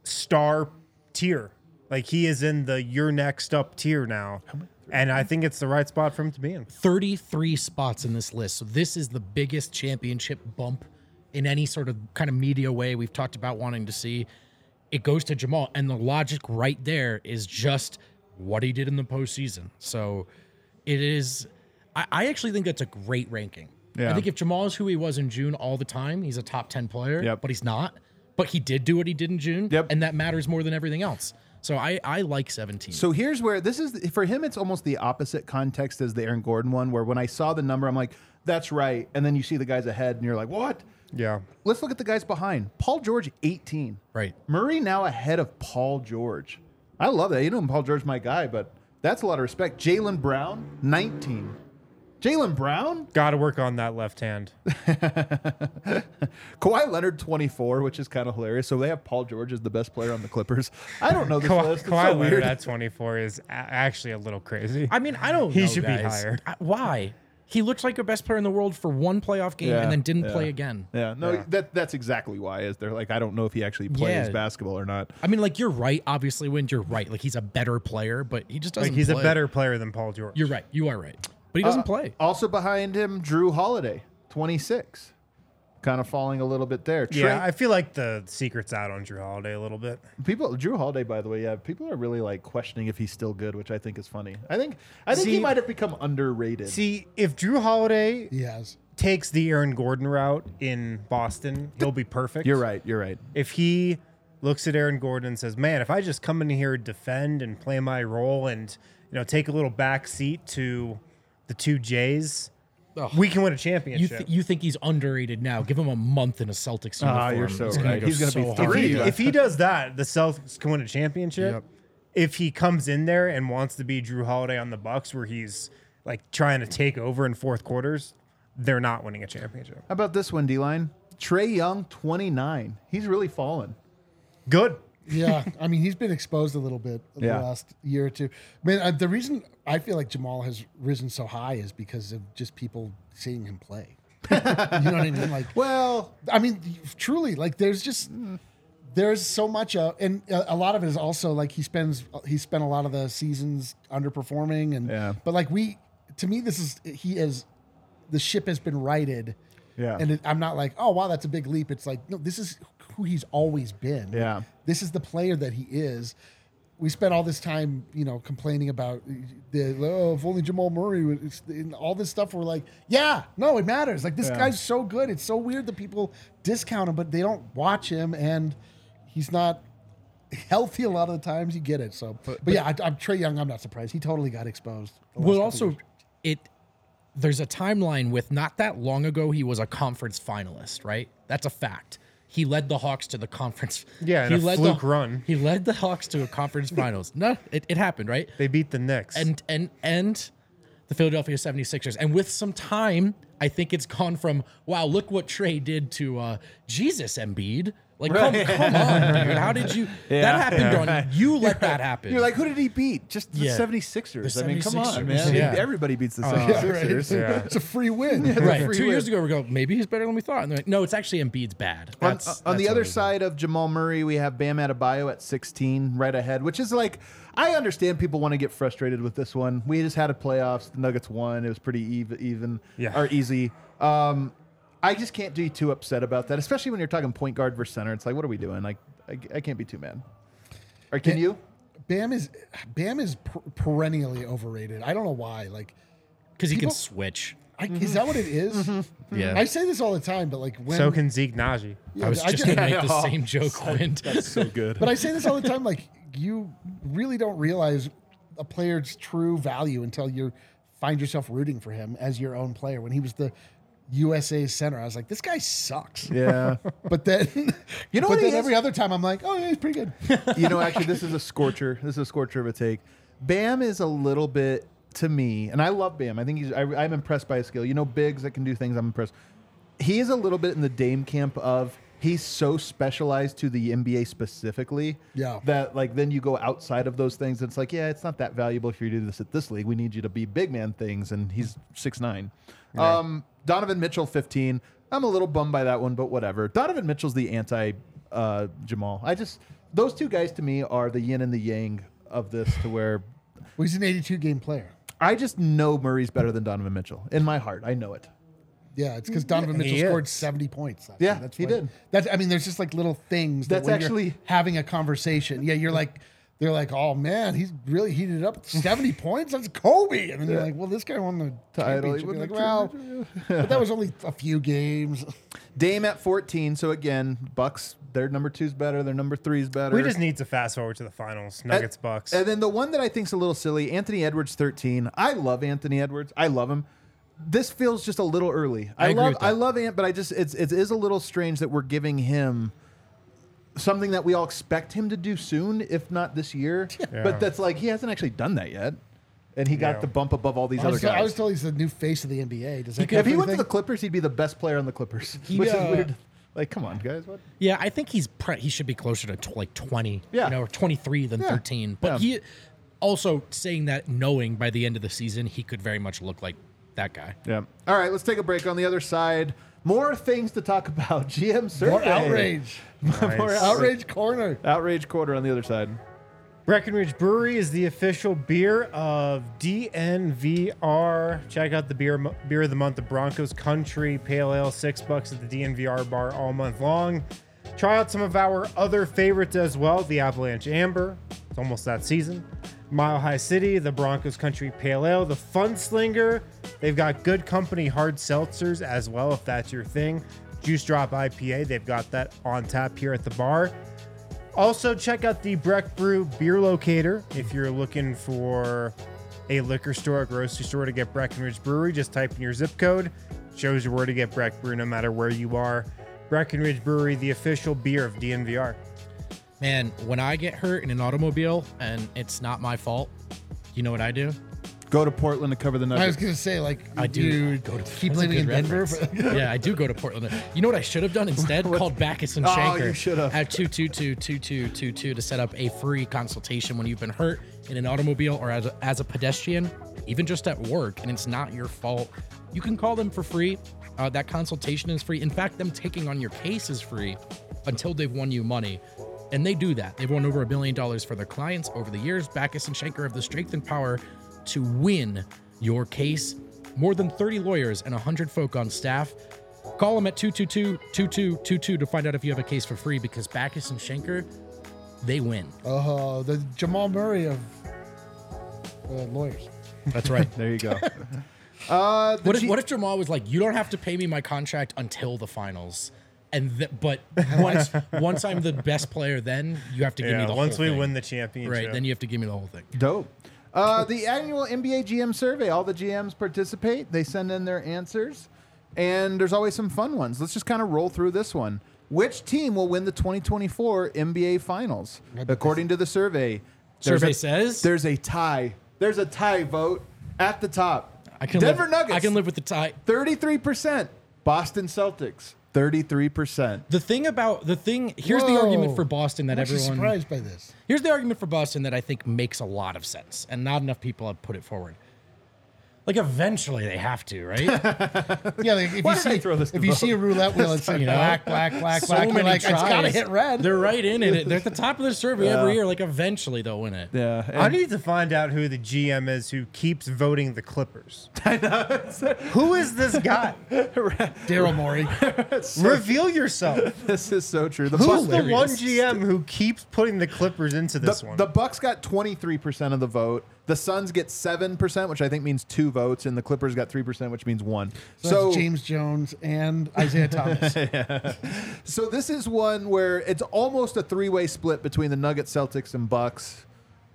Speaker 3: star tier. Like he is in the you're next up tier now. And I think it's the right spot for him to be in.
Speaker 4: 33 spots in this list. So this is the biggest championship bump in any sort of kind of media way we've talked about wanting to see. It goes to Jamal, and the logic right there is just what he did in the postseason. So it is. I, I actually think that's a great ranking.
Speaker 1: Yeah.
Speaker 4: I think if Jamal is who he was in June all the time, he's a top ten player.
Speaker 1: Yep.
Speaker 4: But he's not. But he did do what he did in June,
Speaker 1: Yep.
Speaker 4: and that matters more than everything else. So I I like seventeen.
Speaker 1: So here's where this is for him. It's almost the opposite context as the Aaron Gordon one, where when I saw the number, I'm like, "That's right," and then you see the guys ahead, and you're like, "What?"
Speaker 3: Yeah.
Speaker 1: Let's look at the guys behind. Paul George, 18.
Speaker 4: Right.
Speaker 1: Murray now ahead of Paul George. I love that. You know, Paul George, my guy, but that's a lot of respect. Jalen Brown, 19. Jalen Brown,
Speaker 3: Gotta work on that left hand.
Speaker 1: Kawhi Leonard, 24, which is kind of hilarious. So they have Paul George as the best player on the Clippers. I don't know this
Speaker 3: Kawhi,
Speaker 1: list. It's
Speaker 3: Kawhi
Speaker 1: so
Speaker 3: Leonard
Speaker 1: weird.
Speaker 3: at 24 is a- actually a little crazy.
Speaker 4: I mean, I don't.
Speaker 3: He
Speaker 4: know,
Speaker 3: should be
Speaker 4: guys.
Speaker 3: higher.
Speaker 4: I- why? He looked like your best player in the world for one playoff game
Speaker 1: Yeah,
Speaker 4: and then didn't
Speaker 1: yeah.
Speaker 4: play again.
Speaker 1: Yeah, no, that that's exactly why. Is they're like, I don't know if he actually plays
Speaker 4: Yeah.
Speaker 1: basketball or not.
Speaker 4: I mean, like you're right. Obviously, when you're right, like he's a better player, but he just doesn't.
Speaker 3: like he's a
Speaker 4: play.
Speaker 3: better player than Paul George.
Speaker 4: You're right. You are right. But he doesn't
Speaker 1: Uh,
Speaker 4: play.
Speaker 1: Also behind him, Drew Holiday, 26. Kind of falling a little bit there. Trey-
Speaker 3: Yeah, I feel like the secret's out on Drew Holiday a little bit.
Speaker 1: People, Drew Holiday, by the way, yeah, people are really like questioning if he's still good, which I think is funny. I think, I think he
Speaker 3: See-
Speaker 1: might have become underrated.
Speaker 3: See, if Drew Holiday
Speaker 2: He has.
Speaker 3: takes the Aaron Gordon route in Boston, he'll be perfect.
Speaker 1: you're right. You're right.
Speaker 3: If he looks at Aaron Gordon and says, "Man, if I just come in here defend and play my role and you know take a little back seat to the two Jays,
Speaker 4: Ugh.
Speaker 3: we can win a
Speaker 4: You,
Speaker 3: championship."
Speaker 4: th- you think he's underrated now? Give him a month in a Celtics uniform.
Speaker 1: Ah, you're so
Speaker 4: He's gonna
Speaker 1: right.
Speaker 4: go
Speaker 1: He's gonna be
Speaker 4: so
Speaker 1: three.
Speaker 4: hard.
Speaker 3: if, he,
Speaker 1: Yeah.
Speaker 3: if he does that, the Celtics can win a championship. If he comes in there and wants to be Drew Holiday on the Bucks, where he's like trying to take over in fourth quarters, they're not winning a championship.
Speaker 1: How about this one, D line? Trey Young, 29. He's really fallen.
Speaker 3: Good.
Speaker 2: Yeah, I mean he's been exposed a little bit the
Speaker 1: Yeah.
Speaker 2: last year or two. Man, uh, the reason I feel like Jamal has risen so high is because of just people seeing him play. *laughs* you know what I mean? Like,
Speaker 1: Well,
Speaker 2: I mean, truly, like there's just there's so much, uh, and a, a lot of it is also like he spends he spent a lot of the seasons underperforming, and
Speaker 1: Yeah.
Speaker 2: but like we, to me, this is he is the ship has been righted,
Speaker 1: Yeah.
Speaker 2: and it, I'm not like oh wow that's a big leap. It's like no, this is who he's always been.
Speaker 1: Yeah.
Speaker 2: this is the player that he is. We spent all this time, you know, complaining about uh, the oh, if only Jamal Murray was it's- and all this stuff. We're like, yeah, no, it matters. Like this
Speaker 1: Yeah.
Speaker 2: guy's so good. It's so weird that people discount him, but they don't watch him, and he's not healthy a lot of the times. You get it. So, but, yeah, I, I'm Trey Young. I'm not surprised. He totally got exposed. the last
Speaker 4: Well,
Speaker 2: couple
Speaker 4: also, *laughs*
Speaker 2: years.
Speaker 4: it there's a timeline with not that long ago he was a conference finalist, right? That's a fact. He led the Hawks to the conference.
Speaker 3: Yeah, in
Speaker 4: he
Speaker 3: a fluke
Speaker 4: the,
Speaker 3: run.
Speaker 4: He led the Hawks to a conference finals. No, it, it happened, right?
Speaker 3: They beat the Knicks.
Speaker 4: and and and the Philadelphia 76ers. And with some time, I think it's gone from wow, look what Trey did to uh Jesus Embiid. Like come, come on, dude. How did
Speaker 3: *laughs*
Speaker 4: you that happened on you let that happen.
Speaker 1: you're like, who did he beat? Just the
Speaker 4: Yeah.
Speaker 1: 76ers. I mean, come on,
Speaker 4: 76ers.
Speaker 1: man. I mean,
Speaker 4: Yeah.
Speaker 1: Everybody beats the
Speaker 2: Yeah, right.
Speaker 1: *laughs* 76ers.
Speaker 2: it's a free win.
Speaker 4: Right,
Speaker 1: free
Speaker 4: two years
Speaker 1: win.
Speaker 4: ago, we go. Maybe he's better than we thought, and they're like, "No, it's actually Embiid's bad."
Speaker 1: On, uh,
Speaker 4: That's,
Speaker 1: on the
Speaker 4: that's
Speaker 1: other
Speaker 4: what it is.
Speaker 1: side of Jamal Murray, we have Bam Adebayo at 16, right ahead, which is like, I understand people want to get frustrated with this one. We just had a playoffs. The Nuggets won. It was pretty even, even
Speaker 3: Yeah.
Speaker 1: or easy. Um, I just can't be too upset about that, especially when you're talking point guard versus center. It's like, what are we doing? Like, I, I can't be too mad. Or can you?
Speaker 2: Bam is Bam is per- perennially overrated. I don't know why. Like,
Speaker 4: because he can
Speaker 2: people-
Speaker 4: switch.
Speaker 2: I, is that what it is?
Speaker 4: Yeah,
Speaker 2: I say this all the time, but like when
Speaker 3: so can Zeke Naji.
Speaker 2: Yeah,
Speaker 4: I was
Speaker 2: *laughs* I
Speaker 4: just
Speaker 2: ju-
Speaker 4: gonna *laughs* make the same joke. Wind.
Speaker 1: So good.
Speaker 2: But I say this all the time, like you really don't realize a player's true value until you find yourself rooting for him as your own player. When he was the USA center, I was like, this guy sucks.
Speaker 1: yeah.
Speaker 2: But then, *laughs*
Speaker 1: You know
Speaker 2: but
Speaker 1: what he
Speaker 2: then
Speaker 1: is?
Speaker 2: every other time, I'm like, oh yeah, he's pretty good.
Speaker 1: you know, actually, this is a scorcher. This is a scorcher of a take. Bam is a little bit to me, and I love Bam. I think he's. I, I'm impressed by his skill. You know, bigs that can do things. I'm impressed. He is a little bit in the Dame camp of he's so specialized to the NBA specifically.
Speaker 2: Yeah.
Speaker 1: That like then you go outside of those things. And it's like yeah, it's not that valuable if you do this at this league. We need you to be big man things, and he's six nine. Um, Donovan Mitchell fifteen. I'm a little bummed by that one, but whatever. Donovan Mitchell's the anti uh, Jamal. I just those two guys to me are the yin and the yang of this to where
Speaker 2: Well, he's an 82 game player.
Speaker 1: I just know Murray's better than Donovan Mitchell in my heart. I know it.
Speaker 2: Yeah, it's because Donovan Mitchell
Speaker 3: He
Speaker 2: scored
Speaker 3: is.
Speaker 2: 70 points. last
Speaker 1: Yeah,
Speaker 2: year. that's
Speaker 1: he
Speaker 2: why-
Speaker 1: did.
Speaker 2: That's I mean, there's just like little things that
Speaker 1: That's
Speaker 2: when you're
Speaker 1: actually-
Speaker 2: having a conversation. Yeah, you're like they're like, oh man, he's really heated
Speaker 1: *laughs*
Speaker 2: up. 70 points? That's Kobe. And then you're like, well, this guy won the
Speaker 1: Title,
Speaker 2: title.
Speaker 1: he
Speaker 2: You're
Speaker 1: won
Speaker 2: like,
Speaker 1: the
Speaker 2: well, but that was only a few games.
Speaker 1: Dame at 14. So again, Bucks, their number two's better, their number three's better.
Speaker 3: We just need to fast forward to the finals.
Speaker 1: And-
Speaker 3: Nuggets, Bucks.
Speaker 1: And then the one that I think's a little silly, Anthony Edwards 13. I love Anthony Edwards. I love him. This feels just a little early. I,
Speaker 4: agree
Speaker 1: love
Speaker 4: with that.
Speaker 1: I love Ant, but I just it's it is a little strange that we're giving him something that we all expect him to do soon, if not this year. But that's like he hasn't actually done that yet. And he got
Speaker 3: Yeah.
Speaker 1: the bump above all these
Speaker 2: I
Speaker 1: other
Speaker 2: was, told,
Speaker 1: guys.
Speaker 2: I was told he's the new face of the NBA. Does that
Speaker 1: if
Speaker 2: count
Speaker 1: he
Speaker 2: for
Speaker 1: went to the
Speaker 2: anything?
Speaker 1: Clippers, he'd be the best player on the Clippers, *laughs*
Speaker 4: He,
Speaker 1: which
Speaker 4: uh,
Speaker 1: is weird. Like, come on, guys. What?
Speaker 4: Yeah, I think he's pre- he should be closer to t- like twenty,
Speaker 1: Yeah.
Speaker 4: you know, or twenty three than
Speaker 1: Yeah.
Speaker 4: thirteen. But
Speaker 1: Yeah.
Speaker 4: he also saying that knowing by the end of the season he could very much look like that guy.
Speaker 1: Yeah. All right, let's take a break. On the other side, more things to talk about. *laughs* GM survey.
Speaker 2: More outrage.
Speaker 1: *laughs* More
Speaker 3: Nice.
Speaker 1: outrage.
Speaker 2: Outrage corner.
Speaker 1: Outrage quarter on the other side.
Speaker 3: Breckenridge Brewery is the official beer of DNVR. Check out the beer mo- beer of the month, the Broncos Country Pale Ale, six bucks at the DNVR bar all month long. Try out some of our other favorites as well: the Avalanche Amber, it's almost that season. Mile High City, the Broncos Country Pale Ale, the Fun Slinger. They've got good company hard seltzers as well, if that's your thing. Juice Drop IPA, they've got that on tap here at the bar. Also, check out the Breck Brew Beer Locator if you're looking for a liquor store, a grocery store to get Breckenridge Brewery. Just type in your zip code, shows you where to get Breck Brew no matter where you are. Breckenridge Brewery, the official beer of DNVR.
Speaker 4: Man, when I get hurt in an automobile and it's not my fault, you know what I do?
Speaker 1: Go to Portland to cover the
Speaker 2: I was
Speaker 1: Nuggets.
Speaker 2: gonna say like
Speaker 4: I do
Speaker 2: you
Speaker 4: go to
Speaker 2: keep
Speaker 4: that's a
Speaker 2: living in
Speaker 4: good
Speaker 2: Denver.
Speaker 4: reference.
Speaker 2: for-
Speaker 4: yeah, I do go to Portland. You know what I should have done instead? Called Backus and
Speaker 1: Oh,
Speaker 4: Shanker
Speaker 1: you should have.
Speaker 4: at 222-2222 to set up a free consultation when you've been hurt in an automobile or as a, as a pedestrian, even just at work, and it's not your fault. You can call them for free. Uh, that consultation is free. In fact, them taking on your case is free until they've won you money. And they do that. They've won over a billion dollars for their clients over the years. Backus and Shanker have the strength and power to win your case. More than 30 lawyers and 100 folk on staff. Call them at 222-2222 to find out if you have a case for free because Backus and Shanker, they win.
Speaker 2: Oh, the Jamal Murray of uh, lawyers.
Speaker 4: That's right.
Speaker 1: There you
Speaker 4: *laughs*
Speaker 1: go. uh, the
Speaker 4: what, if,
Speaker 1: G-
Speaker 4: what if Jamal was like, you don't have to pay me my contract until the finals? And th- but once once I'm the best player, then you have to give me
Speaker 3: Yeah,
Speaker 4: the
Speaker 3: once
Speaker 4: whole
Speaker 3: we
Speaker 4: thing.
Speaker 3: win the championship.
Speaker 4: right, then you have to give me the whole thing.
Speaker 1: Dope. Uh, the annual NBA GM survey. All the GMs participate. They send in their answers, and there's always some fun ones. Let's just kind of roll through this one. Which team will win the 2024 NBA Finals? According to the survey, there's
Speaker 4: Survey
Speaker 1: a-
Speaker 4: says?
Speaker 1: there's a tie. There's a tie vote at the top.
Speaker 4: I can
Speaker 1: Denver
Speaker 4: live,
Speaker 1: Nuggets.
Speaker 4: I can live with the tie.
Speaker 1: 33%. Boston Celtics. 33%.
Speaker 4: The thing about the thing here's the argument
Speaker 2: Whoa.
Speaker 4: for Boston that
Speaker 2: I'm actually
Speaker 4: everyone
Speaker 2: surprised by this.
Speaker 4: Here's the argument for Boston that I think makes a lot of sense, and not enough people have put it forward. Like eventually they have to, right?
Speaker 2: *laughs* Yeah, like if
Speaker 1: Why
Speaker 2: you
Speaker 1: did I
Speaker 2: see
Speaker 1: throw this
Speaker 2: if you
Speaker 1: vote?
Speaker 2: see a roulette wheel, it's like
Speaker 4: You know?
Speaker 2: black, black, black, black. You're like, it's gotta hit red.
Speaker 4: They're right in it. They're at the top of the survey every year. Like eventually they'll win it.
Speaker 1: Yeah.
Speaker 3: I need to find out who the GM is who keeps voting
Speaker 1: *laughs*
Speaker 3: the Clippers. who is this guy?
Speaker 2: Daryl Morey.
Speaker 3: Reveal yourself.
Speaker 1: this is so true. The
Speaker 3: Who's the one
Speaker 4: Hilarious.
Speaker 3: GM who keeps putting the Clippers into this
Speaker 1: the,
Speaker 3: one?
Speaker 1: the Bucks got 23% of the vote. The Suns get 7%, which I think means two votes, and the Clippers got 3%, which means one.
Speaker 2: So
Speaker 1: So
Speaker 2: that's James Jones and Isaiah Thomas.
Speaker 1: so this is one where it's almost a three-way split between the Nuggets, Celtics, and Bucks.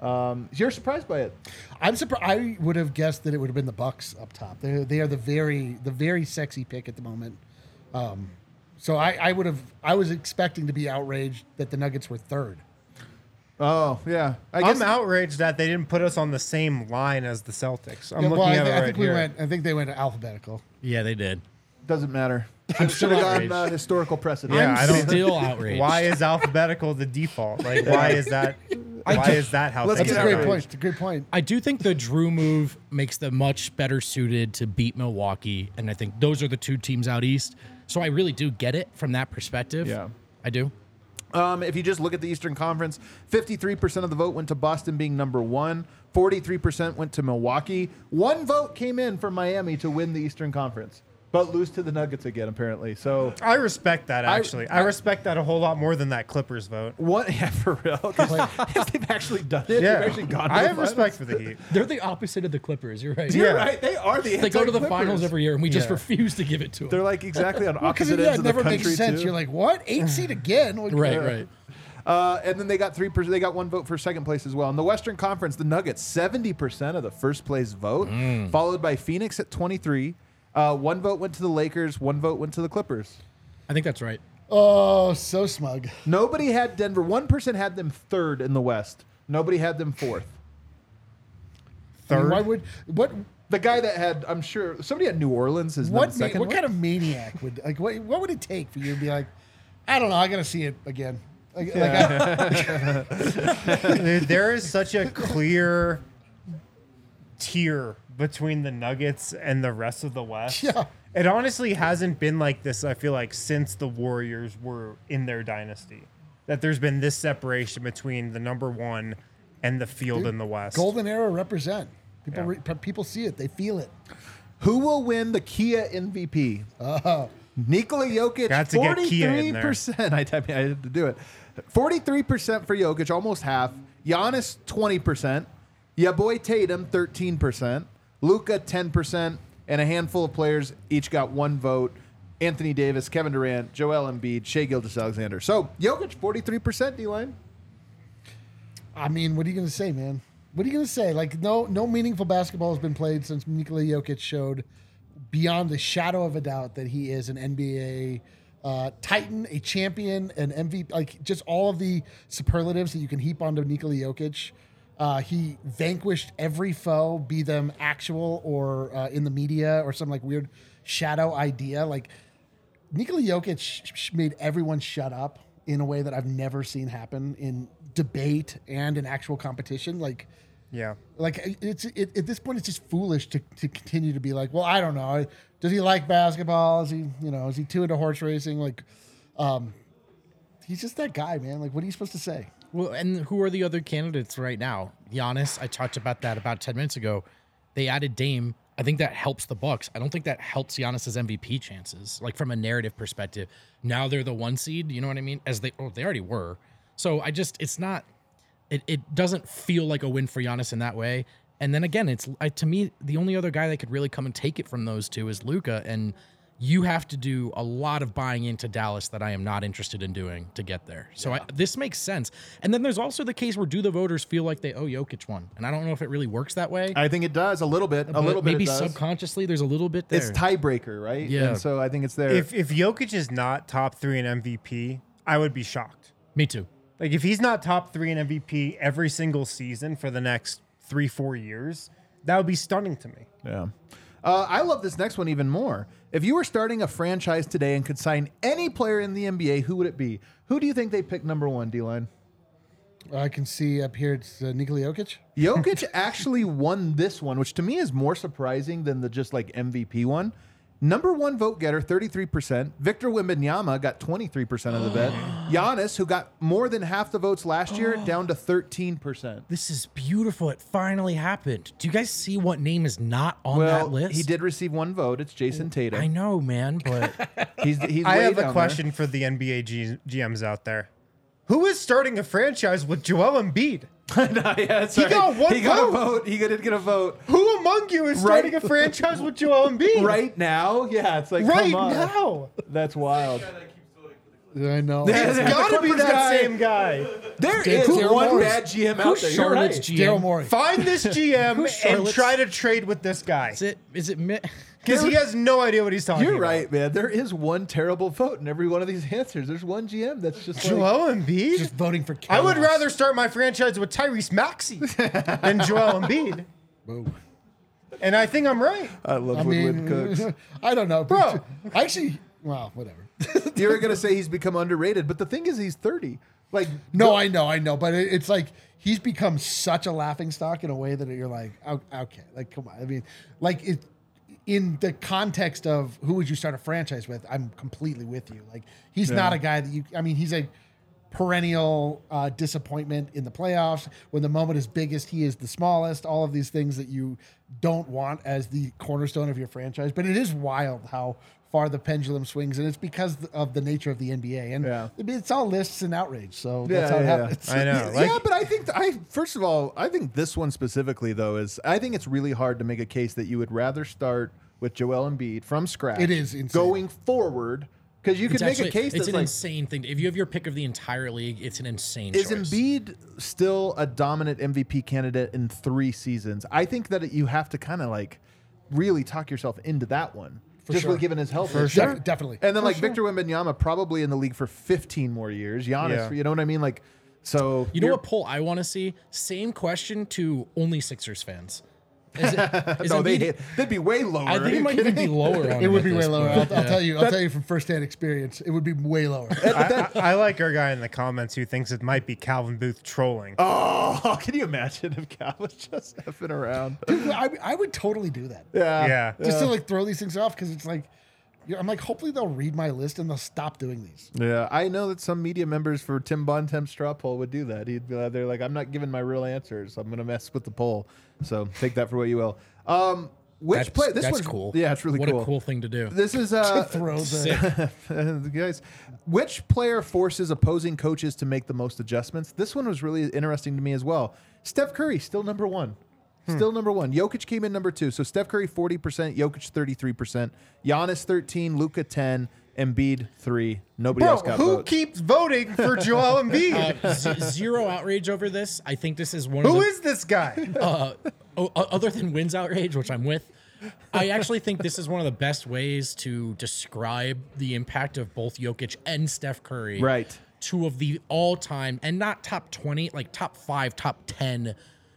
Speaker 1: Um, you're surprised by it.
Speaker 2: I'm surprised. I would have guessed that it would have been the Bucks up top. They they are the very the very sexy pick at the moment. Um, so I, I would have I was expecting to be outraged that the Nuggets were third.
Speaker 1: Oh, yeah. I guess
Speaker 3: I'm outraged that they didn't put us on the same line as the Celtics. I'm
Speaker 2: Yeah,
Speaker 3: looking
Speaker 2: well, I,
Speaker 3: at
Speaker 2: thi-
Speaker 3: it
Speaker 2: I
Speaker 3: right
Speaker 2: think
Speaker 3: here.
Speaker 2: we went. I think they went alphabetical.
Speaker 4: Yeah, they did.
Speaker 1: doesn't matter. I'm should have gone uh, historical precedent.
Speaker 3: Yeah, I
Speaker 4: I'm
Speaker 1: *laughs*
Speaker 3: don't-
Speaker 4: still outraged.
Speaker 3: Why *laughs* is alphabetical the default? Like, why is *laughs* that?
Speaker 4: I
Speaker 3: Why
Speaker 4: ju-
Speaker 3: is that how?
Speaker 2: That's
Speaker 3: things
Speaker 2: a
Speaker 3: are
Speaker 2: great
Speaker 3: done?
Speaker 2: point. It's a great point.
Speaker 4: I do think the Drew move makes them much better suited to beat Milwaukee, and I think those are the two teams out east. So I really do get it from that perspective.
Speaker 1: Yeah.
Speaker 4: I do.
Speaker 1: Um, if you just look at the Eastern Conference, 53% of the vote went to Boston being number one, 43% went to Milwaukee. One vote came in for Miami to win the Eastern Conference, but lose to the Nuggets again, apparently. So,
Speaker 3: I respect that actually. I, respect that a whole lot more than that Clippers vote.
Speaker 1: what? *laughs* Yeah, for real. 'Cause if they've actually done it,
Speaker 3: Yeah,
Speaker 1: they've actually gone to
Speaker 3: I
Speaker 1: the
Speaker 3: have
Speaker 1: finals.
Speaker 3: respect for the Heat.
Speaker 4: They're the opposite of the Clippers. You're right.
Speaker 1: You're
Speaker 3: Yeah.
Speaker 1: right. They are the
Speaker 4: They go to the finals
Speaker 1: anti-Clippers.
Speaker 4: every year, and we just
Speaker 3: Yeah.
Speaker 4: refuse to give it to them.
Speaker 1: They're like exactly on
Speaker 2: Because
Speaker 1: opposite
Speaker 2: yeah,
Speaker 1: ends
Speaker 2: it
Speaker 1: of the
Speaker 2: never
Speaker 1: country.
Speaker 2: makes sense.
Speaker 1: too.
Speaker 2: You're like, what? Eight seed again? Like,
Speaker 4: right,
Speaker 2: uh,
Speaker 4: right.
Speaker 1: Uh, and then they got three percent. They got one vote for second place as well. In the Western Conference, the Nuggets seventy percent of the first place vote, followed by Phoenix at twenty three. Uh, one vote went to the Lakers. One vote went to the Clippers.
Speaker 4: I think that's right.
Speaker 2: Oh, so smug.
Speaker 1: Nobody had Denver. One person had them third in the West. Nobody had them fourth.
Speaker 2: I mean,
Speaker 3: Third.
Speaker 2: why would what?
Speaker 1: The guy that had, I'm sure, somebody had New Orleans is
Speaker 2: What? ma-
Speaker 1: second.
Speaker 2: what kind of maniac would like? What? What would it take for you to be like? I don't know. I gotta see it again. Like, like, I-
Speaker 3: There- there is such a clear tier between the Nuggets and the rest of the West.
Speaker 2: Yeah.
Speaker 3: It honestly hasn't been like this, I feel like, since the Warriors were in their dynasty. That there's been this separation between the number one and the field in the West.
Speaker 2: golden era represent. People,
Speaker 3: Yeah.
Speaker 2: re, pe- people see it. They feel it.
Speaker 1: Who will win the Kia MVP? Oh, Nikola Jokic,
Speaker 3: Got to get Kia in there.
Speaker 1: 43%. *laughs* I, I mean, I had to do it. 43% for Jokic, almost half. Giannis, 20%. Ya boy Tatum, 13%. Luca, 10%. And a handful of players each got one vote. Anthony Davis, Kevin Durant, Joel Embiid, Shea Gildas Alexander. So Jokic, 43%, D line.
Speaker 2: I mean, what are you gonna say, man? What are you gonna say? Like, no, no meaningful basketball has been played since Nikola Jokic showed, beyond the shadow of a doubt, that he is an NBA uh, titan, a champion, an MVP. Like, just all of the superlatives that you can heap onto Nikola Jokic. Uh, he vanquished every foe, be them actual or uh, in the media or some like weird shadow idea. Like, Nikola Jokic sh- sh- made everyone shut up in a way that I've never seen happen in debate and in actual competition. Like,
Speaker 3: Yeah.
Speaker 2: like it's it, at this point, it's just foolish to, to continue to be like, well, I don't know. Does he like basketball? Is he you know is he too into horse racing? Like, um, he's just that guy, man. Like, what are you supposed to say?
Speaker 4: Well, and who are the other candidates right now? Giannis, I talked about that about 10 minutes ago. They added Dame. I think that helps the Bucks. I don't think that helps Giannis's MVP chances, like from a narrative perspective. Now they're the one seed, you know what I mean? As they oh, they already were. So I just it's not it, it doesn't feel like a win for Giannis in that way. And then again, it's I, to me the only other guy that could really come and take it from those two is Luca, and you have to do a lot of buying into Dallas that I am not interested in doing to get there. So I, this makes sense. And then there's also the case where do the voters feel like they owe Jokic one? And I don't know if it really works that way.
Speaker 1: I think it does a little bit. A
Speaker 4: but
Speaker 1: little bit.
Speaker 4: maybe
Speaker 1: it does.
Speaker 4: subconsciously there's a little bit there.
Speaker 1: It's tiebreaker, right?
Speaker 4: Yeah.
Speaker 1: And so I think it's there.
Speaker 3: If if Jokic is not top three in MVP, I would be shocked.
Speaker 4: me too.
Speaker 3: Like if he's not top three in MVP every single season for the next three, four years, that would be stunning to me.
Speaker 1: Yeah. Uh, I love this next one even more. If you were starting a franchise today and could sign any player in the NBA, who would it be? Who do you think they pick number one, D line?
Speaker 2: I can see up here it's uh, Nikola Jokic.
Speaker 3: *laughs*
Speaker 1: Jokic actually won this one, which to me is more surprising than the just like MVP one. Number one vote getter, 33%. Victor Wembanyama got 23% of the
Speaker 3: *gasps*
Speaker 1: bet. Giannis, who got more than half the votes last year, down to 13%.
Speaker 4: This is beautiful. It finally happened. Do you guys see what name is not on that
Speaker 1: Well,
Speaker 4: list?
Speaker 1: he did receive one vote. It's Jason
Speaker 4: I
Speaker 1: Tatum.
Speaker 4: know, man, but
Speaker 1: He's, he's
Speaker 3: Oh, I
Speaker 1: way
Speaker 3: have
Speaker 1: down
Speaker 3: a
Speaker 1: there.
Speaker 3: question for the NBA G- GMs out there. Who is starting a franchise with Joel Embiid?
Speaker 1: *laughs* yeah, that's
Speaker 3: He
Speaker 1: right.
Speaker 3: got one
Speaker 1: He got a
Speaker 3: vote.
Speaker 1: vote. He did get a vote.
Speaker 3: Who among you is starting
Speaker 1: Right-
Speaker 3: a franchise with Joel Embiid?
Speaker 1: right now. Yeah, it's like
Speaker 3: Right
Speaker 1: come on. *laughs*
Speaker 3: now.
Speaker 1: That's wild.
Speaker 3: *laughs*
Speaker 2: I know.
Speaker 3: It's got to be
Speaker 1: Clippers
Speaker 3: that
Speaker 1: guy.
Speaker 3: same guy.
Speaker 1: There
Speaker 2: Dude,
Speaker 1: is
Speaker 2: Daryl
Speaker 1: one
Speaker 2: Morey.
Speaker 1: bad GM out
Speaker 4: who's
Speaker 1: there. You're right.
Speaker 4: Charlotte's
Speaker 2: Daryl
Speaker 4: GM?
Speaker 2: Morey.
Speaker 3: Find this GM and
Speaker 4: Charlotte's-
Speaker 3: try to trade with this guy
Speaker 4: Is it is it mi-
Speaker 3: because he has no idea what he's talking
Speaker 1: You're
Speaker 3: about.
Speaker 1: right, man. There is one terrible vote in every one of these answers. There's one GM that's just like,
Speaker 3: Joel Embiid?
Speaker 2: Just voting for.
Speaker 3: I would
Speaker 2: chaos.
Speaker 3: rather start my franchise with
Speaker 1: *laughs*
Speaker 3: Tyrese Maxey than Joel Embiid. And I think I'm right.
Speaker 1: I love
Speaker 2: I
Speaker 1: Woodwood Cooks.
Speaker 4: *laughs*
Speaker 2: mean, *laughs* I don't know,
Speaker 3: Bro.
Speaker 2: I actually Well, whatever.
Speaker 1: You're going to say he's become underrated, but the thing is, he's 30. Like,
Speaker 2: No, I know, I know, but it, it's like he's become such a laughing stock in a way that you're like, "O- okay, like come on. I mean, like it in the context of who would you start a franchise with? I'm completely with you. Like he's not a guy that you. I mean, he's a perennial uh, disappointment in the playoffs when the moment is biggest he is the smallest all of these things that you don't want as the cornerstone of your franchise but it is wild how far the pendulum swings and it's because of the nature of the nba and
Speaker 1: Yeah.
Speaker 2: I mean, it's all lists and outrage so
Speaker 1: Yeah,
Speaker 2: that's how it
Speaker 1: yeah, yeah.
Speaker 2: happens.
Speaker 3: I know.
Speaker 1: yeah, but I think th- I first of all, I think this one specifically though is I think it's really hard to make a case that you would rather start with Joel Embiid from scratch.
Speaker 2: It is insane.
Speaker 1: going forward because you could
Speaker 4: It's
Speaker 1: make
Speaker 4: actually-
Speaker 1: a case
Speaker 4: It's
Speaker 1: that's
Speaker 4: an
Speaker 1: like
Speaker 4: insane thing. If you have your pick of the entire league, it's an insane.
Speaker 1: is
Speaker 4: choice.
Speaker 1: Embiid still a dominant MVP candidate in three seasons? I think that you have to kind of like really talk yourself into that one. just
Speaker 2: sure.
Speaker 1: with given his health,
Speaker 2: Def- definitely
Speaker 1: And then like Victor Wembanyama probably in the league for 15 more years. Giannis,
Speaker 3: Yeah.
Speaker 1: you know what I mean? Like, so
Speaker 4: You know what poll I want to see? Same question to only Sixers fans. Is
Speaker 1: *laughs*
Speaker 4: it, is
Speaker 1: No, they
Speaker 4: Embiid-
Speaker 1: hit, they'd be way lower.
Speaker 4: I
Speaker 1: Are
Speaker 4: think it
Speaker 1: you
Speaker 4: might even be lower. On
Speaker 2: it
Speaker 4: him
Speaker 2: would
Speaker 4: at
Speaker 2: be way
Speaker 4: this
Speaker 2: lower I'll,
Speaker 4: point.
Speaker 2: I'll tell you i'll tell you from firsthand experience it would be way *laughs* lower
Speaker 3: I, I like our guy in the comments who thinks it might be Calvin Booth trolling.
Speaker 1: *laughs* Oh, can you imagine if Cal was just effing around?
Speaker 2: I, I would totally do that
Speaker 3: yeah.
Speaker 2: just to like throw these things off because it's like you I'm like hopefully they'll read my list and they'll stop doing these.
Speaker 1: Yeah, I know that some media members for Tim Bontemp straw poll would do that. He'd be out there like, "I'm not giving my real answers. I'm gonna mess with the poll." So take that for what you will. Um, which
Speaker 4: That's,
Speaker 1: play? This
Speaker 4: that's
Speaker 1: was
Speaker 4: cool.
Speaker 1: Yeah, it's really
Speaker 4: what
Speaker 1: cool.
Speaker 4: a cool thing to do.
Speaker 1: *laughs* This is
Speaker 4: *laughs*
Speaker 1: uh,
Speaker 2: Throw the
Speaker 1: *laughs*
Speaker 4: Sick.
Speaker 1: guys. Which player forces opposing coaches to make the most adjustments? This one was really interesting to me as well. Steph Curry still number one, still number one. Jokic came in number two. So Steph Curry forty percent, Jokic thirty three percent, Giannis thirteen, Luca ten, Embiid three. Nobody
Speaker 3: Bro,
Speaker 1: else got
Speaker 3: who
Speaker 1: votes.
Speaker 3: keeps voting for
Speaker 4: *laughs*
Speaker 3: Joel Embiid?
Speaker 4: Uh, z- zero outrage over this. I think this is one of
Speaker 3: who
Speaker 4: the
Speaker 3: is this
Speaker 4: *laughs*
Speaker 3: guy?
Speaker 4: uh, o- o- other than wins outrage, which I'm with, I actually think this is one of the best ways to describe the impact of both Jokic and Steph Curry.
Speaker 1: Right.
Speaker 4: Two of the all time, and not top 20, like top five, top 10.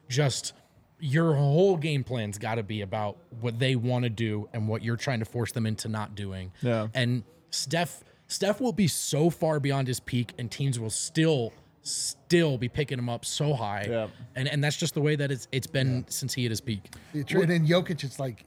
Speaker 4: Just your whole game plan's got to be about what they want to do and what you're trying to force them into not doing.
Speaker 1: Yeah.
Speaker 4: And Steph. Steph will be so far beyond his peak, and teams will still, still be picking him up so high
Speaker 1: Yeah.
Speaker 4: and and that's just the way that it's it's been since he hit his peak.
Speaker 2: and then Jokic, it's like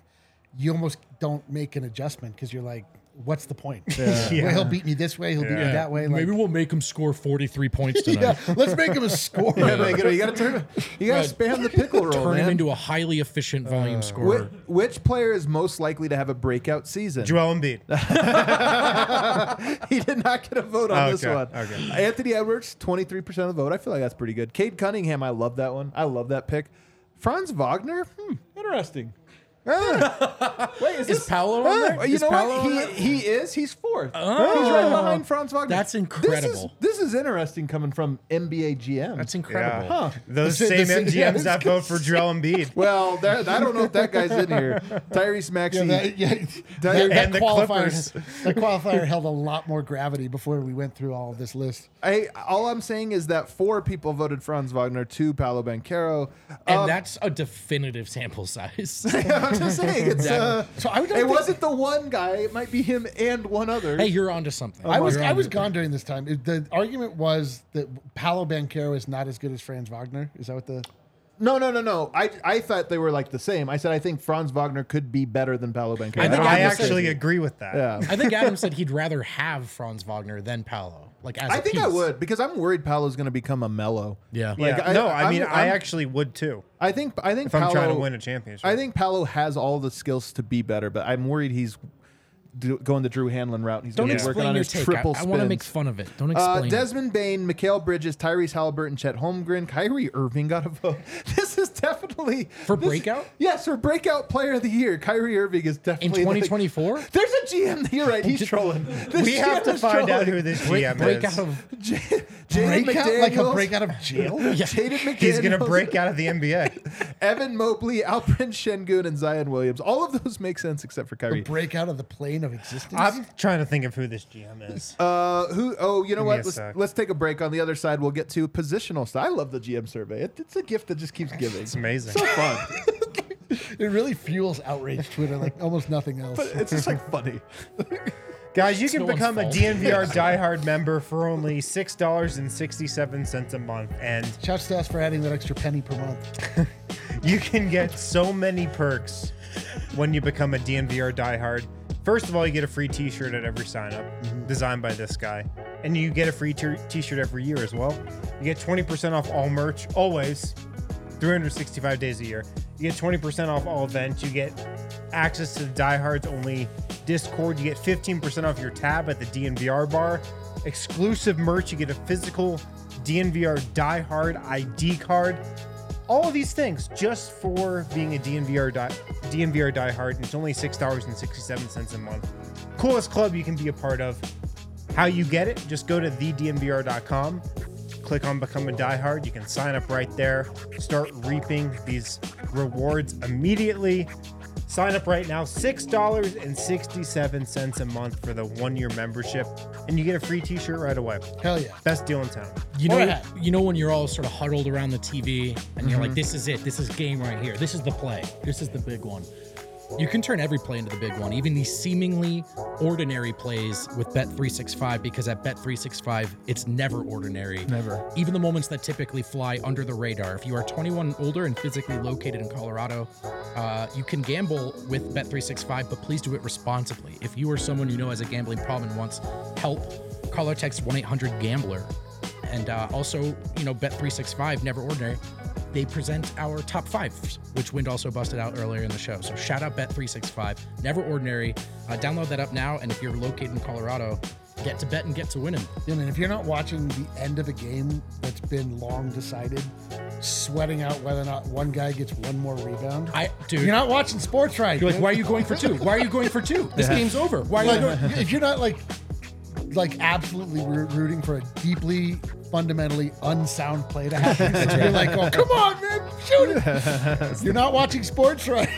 Speaker 2: you almost don't make an adjustment because you're like, what's the point? *laughs* Well, he'll beat me this way, he'll beat me that way. Like,
Speaker 4: maybe we'll make him score forty
Speaker 1: *laughs*
Speaker 4: three points tonight.
Speaker 2: yeah, let's make him a scorer.
Speaker 3: *laughs*
Speaker 1: Yeah, like, *laughs* you, know, you gotta turn. You gotta spam the pickle roll,
Speaker 4: Turn
Speaker 1: Oh, man.
Speaker 4: him into a highly efficient volume
Speaker 1: Whi-
Speaker 4: scorer.
Speaker 1: which, player is most likely to have a breakout season?
Speaker 3: Joel Embiid.
Speaker 1: *laughs* he did not get a vote on
Speaker 3: Oh,
Speaker 1: this
Speaker 3: okay,
Speaker 1: one.
Speaker 3: okay.
Speaker 1: Anthony Edwards, 23% of the vote. I feel like that's pretty good. Cade Cunningham, I love that one. I love that pick. Franz Wagner, hmm, *laughs* interesting. Wait, is,
Speaker 4: Is
Speaker 1: this
Speaker 4: Paolo on
Speaker 1: Huh?
Speaker 4: there?
Speaker 1: You
Speaker 4: Is
Speaker 1: know
Speaker 4: Paolo
Speaker 1: what?
Speaker 4: on
Speaker 1: He,
Speaker 4: there?
Speaker 1: he is. He's fourth.
Speaker 2: Oh.
Speaker 1: He's right behind Franz Wagner.
Speaker 4: That's
Speaker 1: This is-
Speaker 4: incredible.
Speaker 1: This is, interesting coming from NBA GM.
Speaker 4: That's incredible.
Speaker 3: Yeah. Those
Speaker 2: The sa- the
Speaker 3: same
Speaker 2: sa- yeah,
Speaker 3: MGMs that vote for Joel Embiid.
Speaker 4: *laughs*
Speaker 1: well, that, I don't know if that guy's in
Speaker 2: *laughs*
Speaker 1: here. Tyrese Maxey.
Speaker 2: Yeah, that, yeah, that-
Speaker 1: And
Speaker 2: that
Speaker 3: the Clippers.
Speaker 2: qualifier, *laughs* that qualifier held a lot more gravity before we went through all of this list.
Speaker 1: I all I'm saying is that four people voted Franz Wagner, two Paolo Banquero.
Speaker 4: And
Speaker 1: Um,
Speaker 4: that's a definitive
Speaker 1: *laughs*
Speaker 4: sample size.
Speaker 1: I'm just saying it's uh,
Speaker 2: So I would-
Speaker 1: it wasn't the one guy. It might be him and one other.
Speaker 4: hey, you're onto something.
Speaker 2: I was
Speaker 4: You're
Speaker 2: I
Speaker 4: onto-
Speaker 2: was gone during this time. It- The argument was that Paolo Banquero is not as good as Franz Wagner. Is that what the
Speaker 1: No, no, no, no. I I thought they were like the same. I said I think Franz Wagner could be better than Paolo Banquero.
Speaker 4: I
Speaker 3: I,
Speaker 4: think
Speaker 1: don't
Speaker 4: I
Speaker 1: have to say-
Speaker 3: actually agree with that. *laughs*
Speaker 1: Yeah.
Speaker 4: I think Adam said he'd rather have Franz Wagner than Paolo. Like as
Speaker 1: I
Speaker 4: a
Speaker 1: think I
Speaker 4: piece.
Speaker 1: would because I'm worried Paolo's going to become a mellow.
Speaker 4: Yeah.
Speaker 3: Yeah.
Speaker 1: Like, I-
Speaker 3: no, I
Speaker 1: I'm-
Speaker 3: mean, i
Speaker 1: I'm-
Speaker 3: actually would too.
Speaker 4: *laughs*
Speaker 1: I think I think
Speaker 3: If I'm trying to
Speaker 1: Paolo-
Speaker 3: win a championship.
Speaker 1: I think Paolo has all the skills to be better, but I'm worried he's do, going the Drew Hanlon route. and He's
Speaker 4: Don't
Speaker 1: gonna be working
Speaker 4: explain
Speaker 1: on
Speaker 4: your
Speaker 1: his
Speaker 4: take. I,
Speaker 1: triple
Speaker 4: I want to
Speaker 1: spins.
Speaker 4: make fun of it. Don't
Speaker 1: Uh,
Speaker 4: explain. it.
Speaker 1: Desmond Bain, Mikhail Bridges, Tyrese Halliburton, Chet Holmgren, Kyrie Irving got a vote. *laughs* This is definitely
Speaker 4: For
Speaker 1: this-
Speaker 4: breakout?
Speaker 1: Yes, for breakout player of the year, Kyrie Irving is
Speaker 4: in
Speaker 1: definitely like-
Speaker 4: 2024.
Speaker 1: There's a GM. You're right. He's trolling. This
Speaker 3: we have
Speaker 1: GM
Speaker 3: to
Speaker 1: is
Speaker 3: find out
Speaker 1: trolling.
Speaker 3: who this GM
Speaker 4: break
Speaker 1: *laughs*
Speaker 3: is.
Speaker 4: out of
Speaker 1: J- Jaden
Speaker 2: breakout? Like a
Speaker 1: McDaniels,
Speaker 2: breakout of
Speaker 4: *laughs*
Speaker 2: jail?
Speaker 4: Yeah.
Speaker 1: Jaden McDaniels.
Speaker 3: He's gonna break out of the
Speaker 4: *laughs*
Speaker 3: NBA.
Speaker 1: Evan Mobley, Alperen Shengun, and Zion Williams. All of those make sense except for
Speaker 2: the
Speaker 1: Kyrie.
Speaker 2: breakout of the plane of existence.
Speaker 3: I'm trying to think of who this GM is.
Speaker 1: Uh, who? Oh, you know
Speaker 3: me
Speaker 1: what?
Speaker 3: a
Speaker 1: Let's
Speaker 3: sec.
Speaker 1: let's take a break. On the other side, we'll get to positional. stuff. I love the GM survey. It, it's a gift that just keeps giving.
Speaker 3: It's amazing.
Speaker 1: So
Speaker 3: *laughs*
Speaker 1: fun.
Speaker 2: it really fuels outrage Twitter like almost nothing else.
Speaker 1: It's just like funny.
Speaker 3: Guys, you
Speaker 4: It's
Speaker 3: can
Speaker 4: no one's
Speaker 3: become a
Speaker 4: fault. *laughs*
Speaker 3: DNVR diehard member for only six dollars and sixty-seven cents a month, and
Speaker 2: Shouts to us for adding that extra penny per month.
Speaker 3: you can get so many perks when you become a DNVR diehard. First of all, you get a free T-shirt at every sign-up, designed by this guy, and you get a free t- T-shirt every year as well. You get twenty percent off all merch, always, 365 days a year. You get 20% off all events. You get access to the diehards only Discord. You get 15% off your tab at the DNVR bar. Exclusive merch. You get a physical DNVR diehard ID card. All of these things just for being a DNVR di- DNVR diehard. And it's only $6.67 a month. Coolest club you can be a part of. How you get it, just go to thednvr.com, click on Become a Diehard. You can sign up right there, start reaping these rewards immediately. Sign up right now, $6.67 a month for the one year membership, and you get a free t shirt right away.
Speaker 2: Hell yeah.
Speaker 3: Best deal in town.
Speaker 4: You know,
Speaker 2: Or a hat.
Speaker 4: you know when you're all sort of huddled around the TV and you're like, "This is it. This is game right here. This is the play. This is the big one." You can turn every play into the big one, even the seemingly ordinary plays with Bet365, because at Bet365, it's never ordinary.
Speaker 1: Never.
Speaker 4: Even the moments that typically fly under the radar. If you are 21 and older and physically located in Colorado, uh, you can gamble with Bet365, but please do it responsibly. If you or someone you know has a gambling problem and wants help, call or text 1 800 Gambler. And uh, also, you know, Bet365, never ordinary. They present our top fives, which Wind also busted out earlier in the show. So shout out Bet365, never ordinary. Uh, download that up now. And if you're located in Colorado, get to bet and get to winning.
Speaker 2: And if you're not watching the end of a game that's been long decided, sweating out whether or not one guy gets one more rebound,
Speaker 4: I, dude.
Speaker 2: you're not watching sports right.
Speaker 4: You're like,
Speaker 2: dude.
Speaker 4: why are you going for *laughs* two? Why are you going for two? This game's over. Why are you *laughs*
Speaker 2: Like,
Speaker 4: going?
Speaker 2: if you're not like, like absolutely roo- rooting for a deeply, fundamentally unsound play to happen, you're like, oh come on, man, shoot it. You're not watching sports right.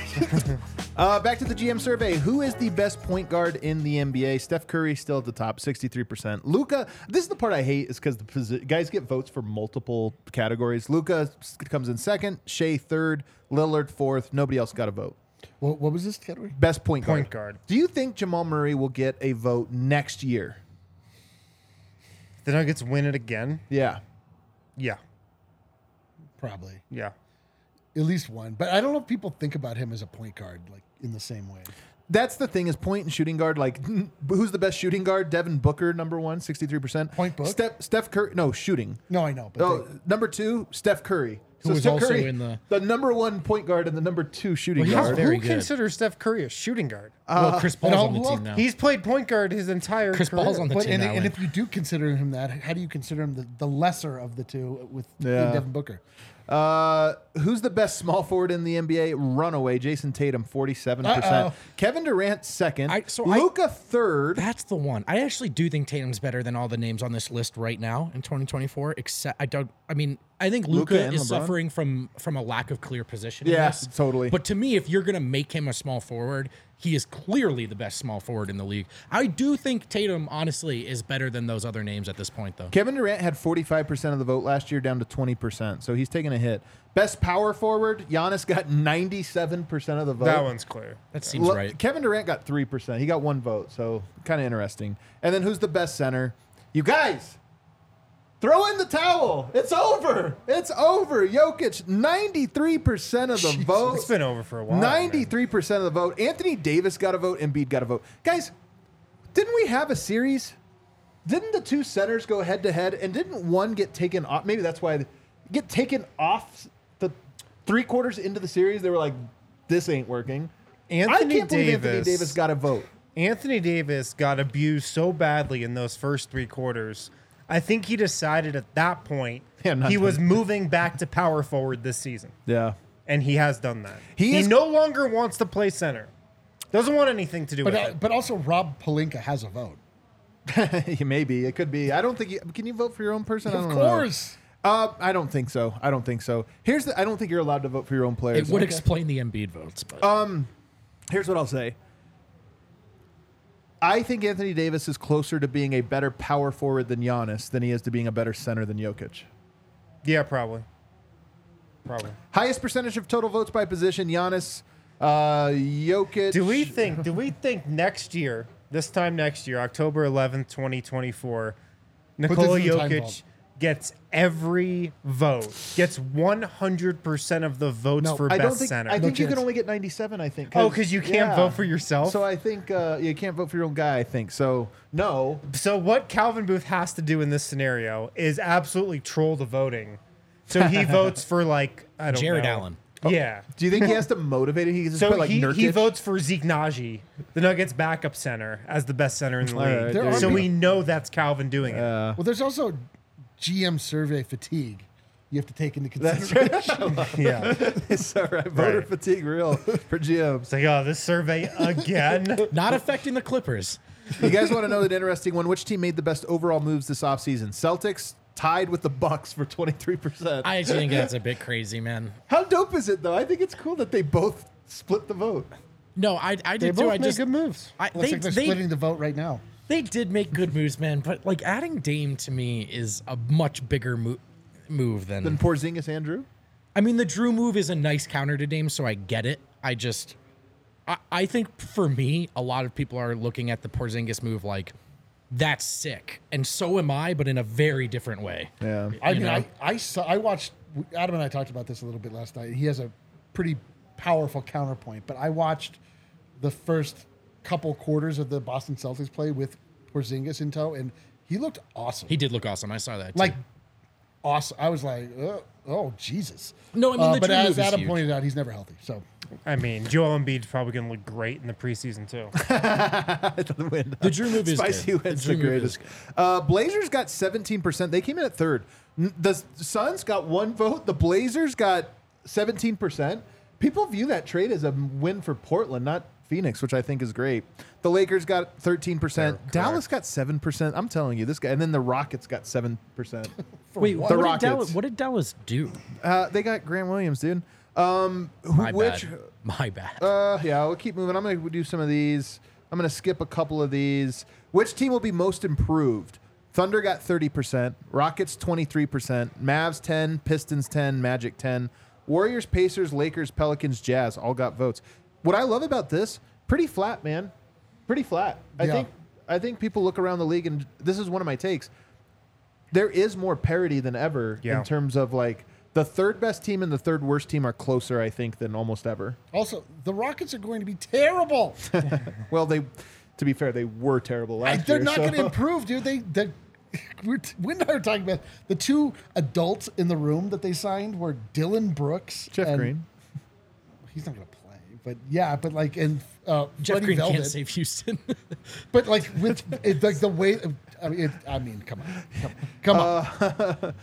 Speaker 1: Uh, back to the GM survey. Who is the best point guard in the NBA? Steph Curry still at the top, 63%. Luca, this is the part I hate is because the posi- guys get votes for multiple categories. Luca comes in second, Shea third, Lillard fourth. Nobody else got a vote.
Speaker 2: what, what was this category?
Speaker 1: Best point guard.
Speaker 3: Point guard.
Speaker 1: Do you think Jamal Murray will get a vote next year?
Speaker 3: The Nuggets win it again.
Speaker 1: Yeah.
Speaker 3: Yeah.
Speaker 2: Probably
Speaker 3: Yeah.
Speaker 2: at least one, but I don't know if people think about him as a point guard like in the same way.
Speaker 1: That's the thing is point and shooting guard. Like, who's the best shooting guard? Devin Booker, number one, 63%.
Speaker 2: Point book?
Speaker 1: Steph, Steph Curry. No, shooting.
Speaker 2: No, I know, but
Speaker 1: Oh,
Speaker 2: they-
Speaker 1: number two, Steph Curry.
Speaker 4: Who was
Speaker 1: Steph
Speaker 4: also
Speaker 1: Curry,
Speaker 4: in the-
Speaker 1: number one point guard and the number two shooting
Speaker 4: Well, he was
Speaker 1: guard.
Speaker 4: very
Speaker 3: Who
Speaker 4: good.
Speaker 3: considers Steph Curry a shooting guard?
Speaker 4: well, Chris Paul's
Speaker 2: all-
Speaker 4: on the team now.
Speaker 3: He's played point guard his entire
Speaker 4: Chris
Speaker 3: career.
Speaker 4: Paul's on the
Speaker 2: But
Speaker 4: team
Speaker 2: and,
Speaker 4: now.
Speaker 2: and
Speaker 4: Wayne.
Speaker 2: if you do consider him that, how do you consider him the, the lesser of the two with in
Speaker 1: Yeah.
Speaker 2: Devin Booker?
Speaker 1: Uh, who's the best small forward in the NBA? Runaway, Jason Tatum, forty-seven percent.
Speaker 2: Uh-oh.
Speaker 1: Kevin Durant second.
Speaker 4: I- so I-
Speaker 1: Luca third.
Speaker 4: That's the one. I actually do think Tatum's better than all the names on this list right now in 2024. Except I don't. I mean, I think
Speaker 1: Luka
Speaker 4: Luca
Speaker 1: and
Speaker 4: is
Speaker 1: LeBron?
Speaker 4: suffering from from a lack of clear position. in
Speaker 1: Yeah,
Speaker 4: this.
Speaker 1: totally.
Speaker 4: But to me, if you're gonna make him a small forward, he is clearly the best small forward in the league. I do think Tatum, honestly, is better than those other names at this point, though.
Speaker 1: Kevin Durant had forty-five percent of the vote last year, down to twenty percent. So he's taking a hit. Best power forward, Giannis got ninety-seven percent of the vote.
Speaker 3: That one's clear.
Speaker 4: That seems
Speaker 1: Le-
Speaker 4: right.
Speaker 1: Kevin Durant got three percent. He got one vote, so kind of interesting. And then who's the best center? You guys, throw in the towel. It's over. It's over. Jokic, ninety-three percent of the vote.
Speaker 3: It's been over for a while. man.
Speaker 1: Ninety-three percent of the vote. Anthony Davis got a vote. Embiid got a vote. Guys, didn't we have a series? Didn't the two centers go head to head, and didn't one get taken off? Maybe that's why they- get taken off the three quarters into the series. They were like, "This ain't working." I
Speaker 3: Anthony
Speaker 1: can't believe Anthony
Speaker 3: Davis-
Speaker 1: Davis got a vote.
Speaker 3: Anthony Davis got abused so badly in those first three quarters. I think he decided at that
Speaker 4: *laughs*
Speaker 3: point
Speaker 1: Yeah, I'm not
Speaker 3: he was
Speaker 1: doing
Speaker 3: moving back to power forward this season,
Speaker 1: *laughs* Yeah,
Speaker 3: and he has done that.
Speaker 1: He
Speaker 3: He,
Speaker 1: is-
Speaker 3: no longer wants to play center. Doesn't want anything to do
Speaker 2: But
Speaker 3: with
Speaker 2: uh,
Speaker 3: it.
Speaker 2: but also Rob Palinka has a vote.
Speaker 1: maybe it could be. I don't think. You, can you vote for your own person? I
Speaker 2: Of
Speaker 1: don't know.
Speaker 2: course.
Speaker 1: Uh, I don't think so. I don't think so. Here's the. I don't think you're allowed to vote for your own
Speaker 4: It
Speaker 1: players.
Speaker 4: would explain the Embiid votes, but
Speaker 1: Uh, Here's what I'll say. I think Anthony Davis is closer to being a better power forward than Giannis than he is to being a better center than Jokic.
Speaker 3: Yeah, probably. Probably.
Speaker 1: Highest percentage of total votes by position, Giannis, uh, Jokic.
Speaker 3: Do we think? Do we think next year this time next year, October 11th, 2024,
Speaker 2: this
Speaker 3: Nikola
Speaker 2: in the time
Speaker 3: Jokic
Speaker 2: vault.
Speaker 3: gets every vote, gets 100% of the votes
Speaker 2: No,
Speaker 3: for
Speaker 2: I
Speaker 1: I
Speaker 3: best
Speaker 1: don't think.
Speaker 3: center.
Speaker 1: I think you
Speaker 2: chance.
Speaker 1: can only get 97. I think.
Speaker 3: Oh, 'cause you can't vote for yourself?
Speaker 1: So I think uh, you can't vote for your own guy. I think so. No,
Speaker 3: so what Calvin Booth has to do in this scenario is absolutely troll the voting.
Speaker 1: *laughs*
Speaker 3: So he votes for like I don't
Speaker 4: Jared
Speaker 3: know.
Speaker 4: Allen.
Speaker 3: Yeah.
Speaker 1: do you think he has to motivate it? He can just
Speaker 3: So
Speaker 1: put Oh. like
Speaker 3: he, he
Speaker 1: Nurkic?
Speaker 3: votes for Zeke Nagy, the Nuggets backup center, as the best center in the
Speaker 1: All right,
Speaker 3: league.
Speaker 2: there
Speaker 3: so
Speaker 2: you
Speaker 3: we know that's Calvin doing it.
Speaker 2: Well, there's also GM survey fatigue. You have to take into
Speaker 1: That's
Speaker 2: consideration.
Speaker 1: right.
Speaker 3: yeah.
Speaker 1: *laughs* it's all right. Voter
Speaker 3: Right.
Speaker 1: fatigue, real for GMs.
Speaker 3: It's like, oh, this survey again.
Speaker 4: Not affecting the Clippers.
Speaker 1: You guys want to know an interesting one? Which team made the best overall moves this offseason? Celtics tied with the Bucks for 23%.
Speaker 4: I actually think that's a bit crazy, man.
Speaker 1: How dope is it though? I think it's cool that they both split the vote.
Speaker 4: No, I I
Speaker 2: They
Speaker 4: did too.
Speaker 2: both
Speaker 4: I
Speaker 2: made
Speaker 4: just
Speaker 2: good moves.
Speaker 4: I-
Speaker 2: Looks
Speaker 4: they-
Speaker 2: like they're
Speaker 4: they-
Speaker 2: splitting the vote right now.
Speaker 4: they did make good moves, man. But like adding Dame to me is a much bigger mo- move than
Speaker 1: Then Porzingis, Andrew.
Speaker 4: I mean, the Drew move is a nice counter to Dame, so I get it. I just, I, I think for me, a lot of people are looking at the Porzingis move like, that's sick, and so am I, but in a very different way.
Speaker 1: Yeah.
Speaker 2: I
Speaker 4: You
Speaker 2: mean,
Speaker 4: know?
Speaker 2: I, I saw. I watched. Adam and I talked about this a little bit last night. He has a pretty powerful counterpoint, but I watched the first couple quarters of the Boston Celtics play with Porzingis in tow, and he looked awesome.
Speaker 4: He did look awesome. I saw that. Too.
Speaker 2: like awesome. I was like, oh, oh Jesus. Uh,
Speaker 4: No, I mean, the
Speaker 2: but
Speaker 4: Drew
Speaker 2: as
Speaker 4: move is
Speaker 2: Adam
Speaker 4: huge.
Speaker 2: pointed out, he's never healthy. So
Speaker 3: I mean, Joel Embiid's probably going to look great in the preseason, too.
Speaker 1: *laughs* the win.
Speaker 4: The Drew move is
Speaker 1: Spicy
Speaker 4: good. The
Speaker 1: wins the,
Speaker 4: Drew move is
Speaker 1: greatest. Uh, Blazers got 17%. They came in at third. N- The Suns got one vote. The Blazers got 17%. People view that trade as a win for Portland, not Phoenix, which I think is great. The Lakers got 13%. Dallas got 7%. I'm telling you, this guy. And then the Rockets got 7%.
Speaker 4: *laughs* wait, what,
Speaker 1: The
Speaker 4: what, did Dallas,
Speaker 1: Rockets.
Speaker 4: what did Dallas do?
Speaker 1: uh, they got Grant Williams, dude. Um, who-
Speaker 4: My
Speaker 1: which.
Speaker 4: bad. My bad.
Speaker 1: Uh, yeah, we'll keep moving. I'm going to do some of these. I'm going to skip a couple of these. Which team will be most improved? Thunder got 30%, Rockets 23%, Mavs 10, Pistons 10, Magic 10. Warriors, Pacers, Lakers, Pelicans, Jazz all got votes. What I love about this, pretty flat, man. Pretty flat. I
Speaker 2: Yeah.
Speaker 1: think I think people look around the league and this is one of my takes there is more parity than ever
Speaker 3: Yeah.
Speaker 1: in terms of like the third best team and the third worst team are closer, I think, than almost ever.
Speaker 2: also the Rockets are going to be terrible.
Speaker 1: *laughs* Well, they, to be fair, they were terrible
Speaker 2: I-
Speaker 1: last
Speaker 2: they're
Speaker 1: year.
Speaker 2: not
Speaker 1: so-
Speaker 2: going to improve, dude. They they we're t- we and I were talking about the two adults in the room that they signed were Dylan Brooks,
Speaker 1: *laughs* Jeff
Speaker 2: and-
Speaker 1: Green.
Speaker 2: He's not going to play, but yeah, but like and uh,
Speaker 4: Jeff
Speaker 2: Freddie
Speaker 4: Green
Speaker 2: Velvet,
Speaker 4: can't save Houston. *laughs*
Speaker 2: but like with *laughs* it, like the way. I mean, it, I mean, come on, come, come
Speaker 1: Uh,
Speaker 2: on.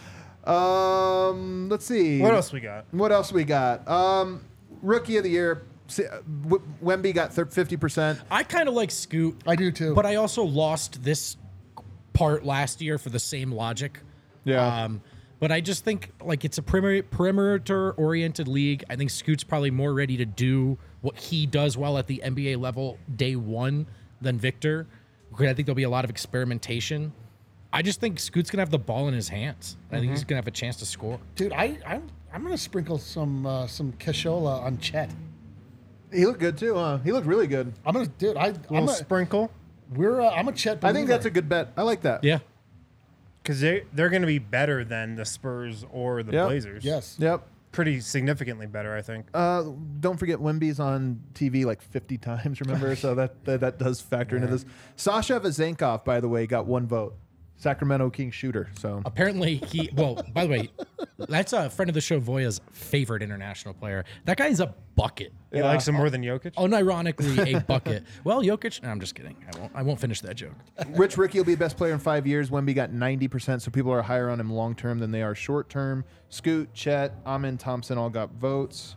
Speaker 1: Um, let's see.
Speaker 3: what else we got?
Speaker 1: What else we got? Um, rookie of the year, S- W- Wemby got fifty percent.
Speaker 4: I kind of like Scoot.
Speaker 2: I do too.
Speaker 4: But I also lost this part last year for the same logic.
Speaker 1: Yeah.
Speaker 4: Um, but I just think like it's a perimeter oriented league. I think Scoot's probably more ready to do what he does well at the NBA level day one than Victor. Because I think there'll be a lot of experimentation. I just think Scoot's gonna have the ball in his hands. I think he's gonna have a chance to score.
Speaker 2: dude, I I'm I'm going to sprinkle some uh, some cashola on Chet.
Speaker 1: He looked good too, huh? He looked really good.
Speaker 2: I'm going to, dude. I I'm
Speaker 3: little
Speaker 2: a,
Speaker 3: sprinkle?
Speaker 2: we're uh, I'm a Chet.
Speaker 1: I think
Speaker 2: believer.
Speaker 1: that's a good bet. I like that.
Speaker 4: Yeah.
Speaker 3: Because they, they're going to be better than the Spurs or the
Speaker 1: Yep.
Speaker 3: Blazers.
Speaker 2: yes.
Speaker 1: Yep.
Speaker 3: Pretty significantly better, I think.
Speaker 1: Uh, don't forget Wemby's on TV like 50 times, remember? so that, *laughs* that that does factor into this. Sasha Vazenkov, by the way, got one vote. Sacramento King shooter. So
Speaker 4: Apparently he well, by the way, that's a friend of the show Voya's favorite international player. That guy's a bucket.
Speaker 3: he likes him more than Jokic.
Speaker 2: Oh,
Speaker 4: unironically a bucket. *laughs* Well, Jokic. No, I'm just kidding. I won't. I won't finish that joke.
Speaker 1: Rich Ricky will be best player in five years. Wemby got 90%, so people are higher on him long term than they are short term. Scoot, Chet, Amin Thompson all got votes.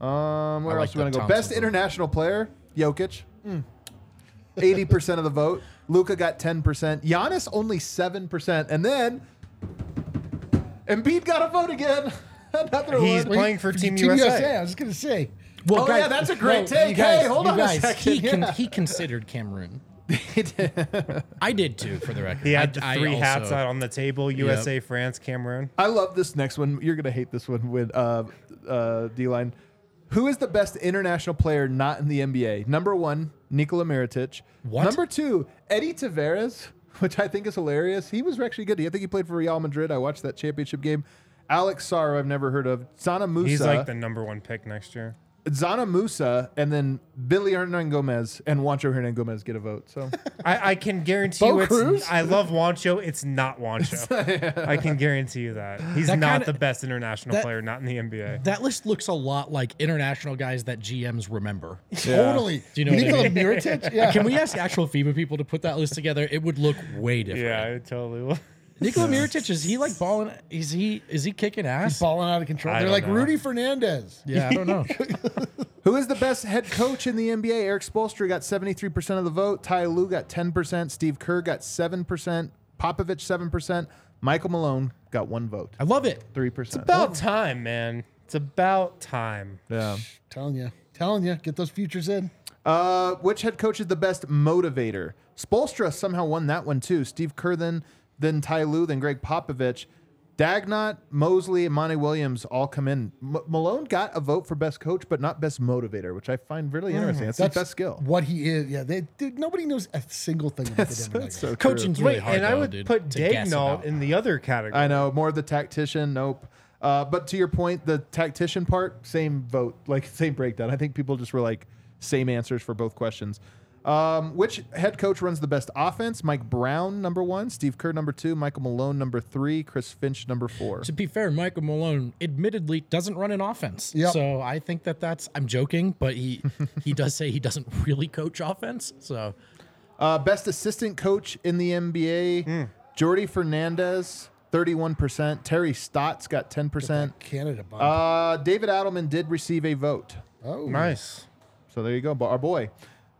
Speaker 1: Um, where
Speaker 4: I
Speaker 1: else
Speaker 4: like
Speaker 1: do we want
Speaker 4: that
Speaker 1: to go? Best
Speaker 4: Thompson vote.
Speaker 1: international player, Jokic. Mm. 80% of the vote. Luca got 10%. Giannis only 7%. And then Embiid got a vote again. *laughs* Another
Speaker 3: He's
Speaker 1: one.
Speaker 3: playing for Team,
Speaker 2: Team
Speaker 3: USA.
Speaker 2: USA. I was going to say.
Speaker 4: Well,
Speaker 1: oh, yeah, that's a great
Speaker 4: no, you
Speaker 1: take.
Speaker 4: guys-
Speaker 1: hey, hold
Speaker 4: you
Speaker 1: on
Speaker 4: guys,
Speaker 1: a
Speaker 2: *laughs*
Speaker 1: second.
Speaker 4: He,
Speaker 1: Yeah.
Speaker 4: con- he considered Cameroon. I did too, for the record.
Speaker 3: He
Speaker 4: I,
Speaker 3: had the
Speaker 4: I
Speaker 3: three hats
Speaker 4: also-
Speaker 3: out on the table USA, France, Cameroon.
Speaker 1: I love this next one. You're gonna hate this one with uh, uh, D line. Who is the best international player not in the NBA? Number one, Nikola Mirotic.
Speaker 4: What?
Speaker 1: Number two, Eddie Tavares, *laughs* which I think is hilarious. He was actually good. I think he played for Real Madrid. I watched that championship game. Alex Saro, I've never heard of. Sana Musa.
Speaker 3: He's like the number one pick next year.
Speaker 1: Zana Musa and then Billy Hernan Gomez and Juancho Hernan Gomez get a vote.
Speaker 3: *laughs*
Speaker 1: So
Speaker 3: I, I can guarantee
Speaker 2: Bo
Speaker 3: you it's
Speaker 2: Cruz?
Speaker 3: I love Wancho. It's
Speaker 2: *laughs*
Speaker 3: not Wancho. I can guarantee you that. He's
Speaker 4: That
Speaker 3: not
Speaker 4: kinda-
Speaker 3: the best international
Speaker 4: that-
Speaker 3: player, not in the NBA.
Speaker 4: That list looks a lot like international guys that GMs remember.
Speaker 2: Totally.
Speaker 4: Do you know what I
Speaker 2: Nikola
Speaker 4: mean?
Speaker 2: *laughs* Mirotic? Yeah.
Speaker 4: Can we ask actual FIBA people to put that list together? It would look way different.
Speaker 3: yeah, I totally will.
Speaker 4: Nikola Mirotic is he like balling? Is he is he kicking ass?
Speaker 2: Balling out of control.
Speaker 3: I
Speaker 2: They're
Speaker 3: don't
Speaker 2: like
Speaker 3: know.
Speaker 2: Rudy Fernandez.
Speaker 4: yeah, I don't know.
Speaker 1: who is the best head coach in the NBA? Eric Spolstra got 73% of the vote. Ty Lue got 10%. Steve Kerr got 7%. Popovich 7%. Michael Malone got one vote.
Speaker 4: I love it.
Speaker 1: 3%.
Speaker 3: About time, man. It's about time.
Speaker 1: yeah.
Speaker 2: Telling you. Telling you. Get those futures in.
Speaker 1: Uh, which head coach is the best motivator? Spolstra somehow won that one too. Steve Kerr then, then Ty Lue, then Greg Popovich. Dagnott, Mosley, and Monty Williams all come in. M- Malone got a vote for best coach, but not best motivator, which I find really interesting. That's, his best skill.
Speaker 2: What he is. Yeah. They, dude, nobody knows a single thing about the Denver Nuggets.
Speaker 1: So true.
Speaker 4: Coaching's really
Speaker 3: Wait,
Speaker 4: hard.
Speaker 3: and I
Speaker 4: though,
Speaker 3: would
Speaker 4: dude,
Speaker 3: put
Speaker 4: to guess
Speaker 3: Dagnall
Speaker 4: about.
Speaker 3: in the other category.
Speaker 1: I know more of the tactician. Nope. Uh, but to your point, the tactician part, same vote, *laughs* like same breakdown. I think people just were like same answers for both questions. Um, which head coach runs the best offense? Mike Brown, number one. Steve Kerr, number two. Michael Malone, number three. Chris Finch, number four.
Speaker 4: To be fair, Michael Malone admittedly doesn't run an offense.
Speaker 2: Yep.
Speaker 4: So I think that that's I'm joking, but he he does say he doesn't really coach offense. So
Speaker 1: Uh, best assistant coach in the NBA, Jordy Fernandez, 31%. Terry Stotts got 10%.
Speaker 2: Canada bump.
Speaker 1: Uh, David Adelman did receive a vote.
Speaker 2: oh.
Speaker 3: Nice.
Speaker 1: So there you go, bo- our boy.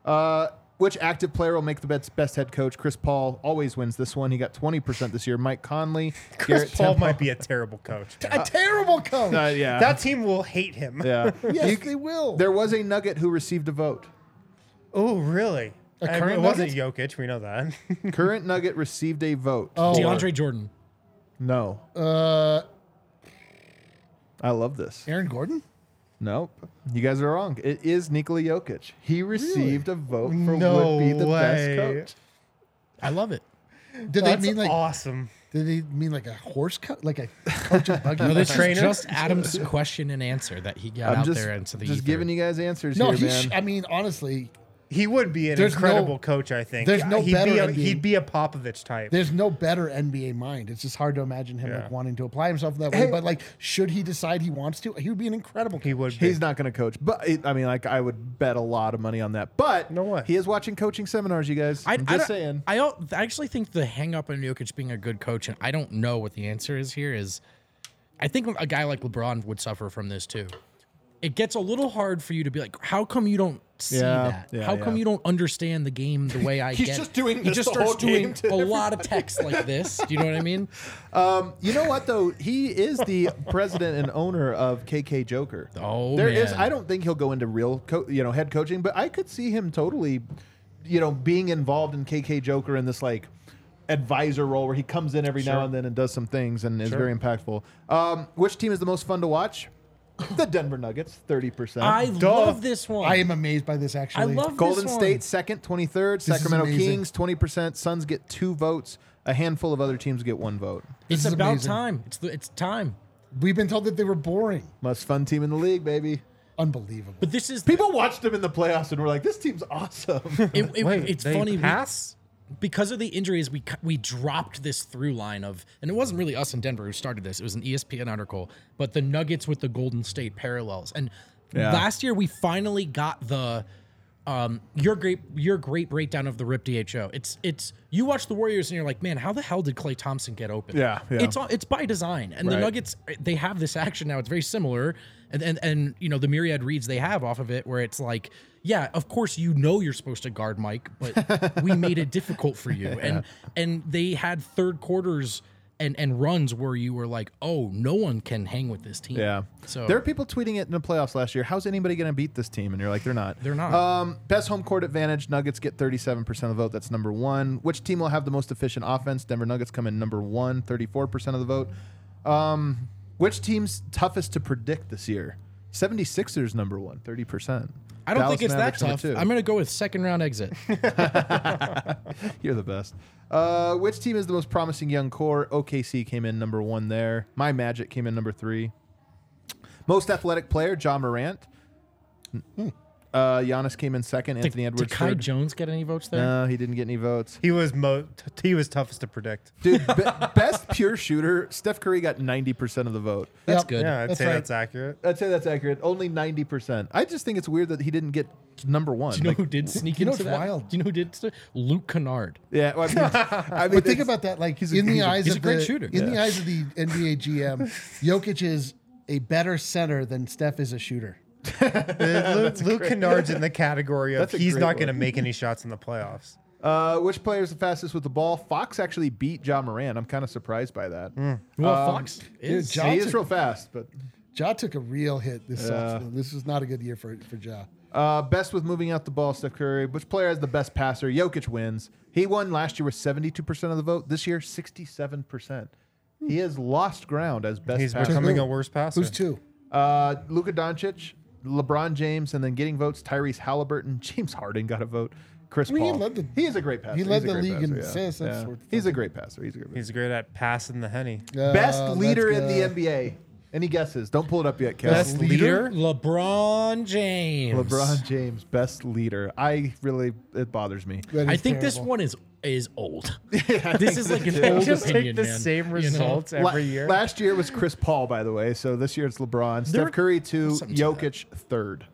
Speaker 1: Uh, which active player will make the best, best head coach? Chris Paul always wins this one. He got 20% this year. Mike Conley,
Speaker 3: Chris
Speaker 1: Garrett
Speaker 3: Paul
Speaker 1: Temple.
Speaker 3: might be a terrible coach.
Speaker 2: A terrible coach.
Speaker 1: Uh, *laughs* yeah.
Speaker 3: That team will hate him.
Speaker 1: yeah. *laughs*
Speaker 2: yes,
Speaker 1: You-
Speaker 2: they will.
Speaker 1: there was a Nugget who received a
Speaker 2: *laughs*
Speaker 1: vote.
Speaker 3: Oh, really?
Speaker 2: A
Speaker 3: I-
Speaker 2: current
Speaker 3: it wasn't Jokic. We know that. *laughs*
Speaker 1: Current Nugget received a vote.
Speaker 2: Oh.
Speaker 4: DeAndre Jordan.
Speaker 1: No.
Speaker 2: Uh,
Speaker 1: I love this.
Speaker 2: Aaron Gordon?
Speaker 1: Nope. You guys are wrong. It is Nikola Jokic. He received a vote for
Speaker 3: No
Speaker 1: would be the
Speaker 3: way.
Speaker 1: best coach.
Speaker 4: I love it.
Speaker 2: Did
Speaker 3: That's
Speaker 2: they mean like?
Speaker 3: awesome.
Speaker 2: Did they mean like a horse cut? Like a coach of buggy?
Speaker 4: No, this
Speaker 2: horses?
Speaker 4: is just Adam's question and answer that he got
Speaker 1: I'm
Speaker 4: out
Speaker 1: just,
Speaker 4: there into the
Speaker 1: just giving you guys answers
Speaker 2: No,
Speaker 1: here,
Speaker 2: he.
Speaker 1: man.
Speaker 2: Sh- I mean, honestly,
Speaker 3: He would be an
Speaker 2: There's
Speaker 3: incredible
Speaker 2: no-
Speaker 3: coach, I think.
Speaker 2: there's no
Speaker 3: he'd
Speaker 2: better
Speaker 3: be a,
Speaker 2: NBA.
Speaker 3: he'd be a Popovich type.
Speaker 2: there's no better NBA mind. It's just hard to imagine him
Speaker 3: Yeah.
Speaker 2: like wanting to apply himself in that way. But like, should he decide he wants to, he would be an incredible.
Speaker 3: he would be.
Speaker 1: He's not going to coach, but it, I mean, like I would bet a lot of money on that. But
Speaker 3: No way.
Speaker 1: he is watching coaching seminars, you guys. I,
Speaker 4: I,
Speaker 1: am
Speaker 4: I
Speaker 1: just
Speaker 4: don't-
Speaker 1: saying.
Speaker 4: I, don't, I actually think the hang up on Jokic being a good coach, and I don't know what the answer is here, is I think a guy like LeBron would suffer from this too. It gets a little hard for you to be like, how come you don't see
Speaker 1: Yeah,
Speaker 4: that?
Speaker 1: yeah,
Speaker 4: how come
Speaker 1: yeah.
Speaker 4: you don't understand the game the way
Speaker 1: *laughs*
Speaker 4: I
Speaker 1: He's
Speaker 4: get
Speaker 1: just
Speaker 4: it?"
Speaker 1: doing
Speaker 4: He
Speaker 1: this
Speaker 4: just
Speaker 1: the whole
Speaker 4: starts doing
Speaker 1: game to
Speaker 4: a lot of text like this. Do you know what
Speaker 1: *laughs*
Speaker 4: I mean?
Speaker 1: Um, you know what though? He is
Speaker 4: *laughs*
Speaker 1: the president and owner of KK Joker.
Speaker 4: Oh,
Speaker 1: there is.
Speaker 4: man.
Speaker 1: I don't think he'll go into real, co- you know, head coaching, but I could see him totally, you know, being involved in KK Joker in this like advisor role where he comes in every now and then and does some things and is very impactful. Um, which team is the most fun to watch? The Denver Nuggets, thirty percent.
Speaker 4: I love this one.
Speaker 2: I am amazed by this. Actually,
Speaker 4: I love
Speaker 1: Golden
Speaker 4: this one.
Speaker 1: State second, 23rd.
Speaker 2: is
Speaker 1: Sacramento
Speaker 2: amazing.
Speaker 1: Kings 20%. Suns get two votes. A handful of other teams get one vote.
Speaker 4: It's
Speaker 2: is
Speaker 4: about
Speaker 2: amazing.
Speaker 4: time. It's the, it's time.
Speaker 2: We've been told that they were boring.
Speaker 1: Most fun team in the league, baby.
Speaker 2: Unbelievable.
Speaker 4: But this is
Speaker 1: People watched them in the playoffs and were like, "This team's *laughs* awesome."
Speaker 4: it, it-
Speaker 3: Wait,
Speaker 4: it's
Speaker 3: they
Speaker 4: funny we-
Speaker 3: Pass?
Speaker 4: because of the injuries, we cu- we dropped this through line of, and it wasn't really us in Denver who started this. It was an E ESPN article, but the Nuggets with the Golden State parallels. And
Speaker 1: Yeah.
Speaker 4: last year, we finally got the um, your great your great breakdown of the Rip DHO. It's it's you watch the Warriors and you're like, man, how the hell did Clay Thompson get open?
Speaker 1: Yeah, yeah.
Speaker 4: it's all, it's by design. And the
Speaker 1: Right.
Speaker 4: Nuggets eh, they have this action now. It's very similar, and and and you know the myriad reads they have off of it, where it's like, yeah, of course you know you're supposed to guard Mike,
Speaker 1: *laughs*
Speaker 4: but we made it difficult for you. And and they had third quarters. And, and runs where you were like, oh, no one can hang with this team.
Speaker 1: yeah.
Speaker 4: So
Speaker 1: there are people tweeting it in the playoffs last year. How's anybody going to beat this team? And you're like, "They're not."
Speaker 4: They're not.
Speaker 1: Um, best home court advantage. Nuggets get 37% of the vote. That's number one. Which team will have the most efficient offense? Denver Nuggets come in number one, 34% of the vote. Um, which team's toughest to predict this year? 76ers number one, 30%.
Speaker 4: I don't
Speaker 1: Dallas
Speaker 4: think it's
Speaker 1: Mavericks
Speaker 4: that
Speaker 1: number
Speaker 4: tough.
Speaker 1: two.
Speaker 4: I'm going to go with second round exit.
Speaker 1: You're the best. Uh, which team is the most promising young core? OKC came in number one there. My Magic came in number three. Most athletic player, John Morant.
Speaker 4: Hmm.
Speaker 1: Uh, Giannis came in second. *laughs* Anthony
Speaker 4: did,
Speaker 1: Edwards
Speaker 4: did Kai
Speaker 1: third.
Speaker 4: Jones get any votes there?
Speaker 1: no, he didn't get any votes.
Speaker 3: He was mo- t- he was toughest to predict.
Speaker 1: Dude,
Speaker 4: *laughs*
Speaker 1: be- best pure shooter, Steph Curry got 90% of the vote.
Speaker 4: That's
Speaker 2: Yep.
Speaker 4: good.
Speaker 3: Yeah, I'd
Speaker 2: That's
Speaker 3: say
Speaker 2: right.
Speaker 3: that's accurate.
Speaker 1: I'd say that's accurate. Only 90%. I just think it's weird that he didn't get number one.
Speaker 4: Do you know
Speaker 1: Like, *laughs*
Speaker 4: who did sneak
Speaker 2: you know
Speaker 4: into
Speaker 2: what's
Speaker 4: that?
Speaker 2: wild?
Speaker 4: Do you know who did? st- Luke Kennard.
Speaker 1: yeah, well, I
Speaker 4: *laughs*
Speaker 1: mean, I mean,
Speaker 2: But think
Speaker 1: it's-
Speaker 2: about that. Like
Speaker 1: he's a-
Speaker 2: in the
Speaker 1: he's a-
Speaker 2: eyes
Speaker 4: he's
Speaker 2: of
Speaker 4: a great
Speaker 2: the,
Speaker 4: shooter.
Speaker 2: In the eyes of the NBA GM, Jokic is a better center than Steph is a shooter.
Speaker 3: Luke, Luke Kennard's in the category of
Speaker 1: That's a
Speaker 3: he's
Speaker 1: great
Speaker 3: not going to
Speaker 1: one.
Speaker 3: make any shots in the playoffs.
Speaker 1: Uh, which player is the fastest with the ball? Fox actually beat John Moran. I'm kind of surprised by that.
Speaker 4: Well,
Speaker 1: Um,
Speaker 4: Fox is.
Speaker 2: John-
Speaker 1: He is real fast, but
Speaker 2: Ja took a real hit this offseason. This was not a good year for for Ja.
Speaker 1: uh, best with moving out the ball, Steph Curry. Which player has the best passer? Jokic wins. He won last year with 72% of the vote. This year, 67%. He has lost ground as best
Speaker 3: He's
Speaker 1: passer.
Speaker 3: becoming
Speaker 2: who?
Speaker 3: a worse passer.
Speaker 2: Who's two?
Speaker 1: Uh, Luka Doncic, LeBron James, and then getting votes Tyrese Halliburton, *laughs* James Harden got a vote. Chris
Speaker 2: mean, he
Speaker 1: Paul. He,
Speaker 2: led the-
Speaker 1: is a great passer.
Speaker 2: he
Speaker 1: He's
Speaker 2: led
Speaker 1: a
Speaker 2: the
Speaker 1: great
Speaker 2: league
Speaker 1: passer,
Speaker 2: in
Speaker 1: yeah.
Speaker 2: assists. That's
Speaker 1: Yeah.
Speaker 2: what-
Speaker 1: He's a great passer. He's a great passer.
Speaker 3: He's great at passing the henny.
Speaker 1: Best
Speaker 2: Uh,
Speaker 1: leader
Speaker 2: that's
Speaker 1: in
Speaker 2: good.
Speaker 1: the NBA. Any guesses? Don't pull it up yet, Kev.
Speaker 3: Best leader?
Speaker 4: LeBron James.
Speaker 1: LeBron James, best leader. I really, it bothers me.
Speaker 2: That
Speaker 4: I
Speaker 2: is
Speaker 4: think this
Speaker 2: terrible.
Speaker 4: one is is old. this is like an
Speaker 3: They
Speaker 4: old
Speaker 3: just take
Speaker 4: opinion,
Speaker 3: the
Speaker 4: man, you
Speaker 3: same
Speaker 4: know?
Speaker 3: results
Speaker 1: La-
Speaker 3: every year.
Speaker 1: Last year was Chris Paul, by the way. So this year it's LeBron.
Speaker 4: There-
Speaker 1: Steph Curry two,
Speaker 4: something to
Speaker 1: Jokic third.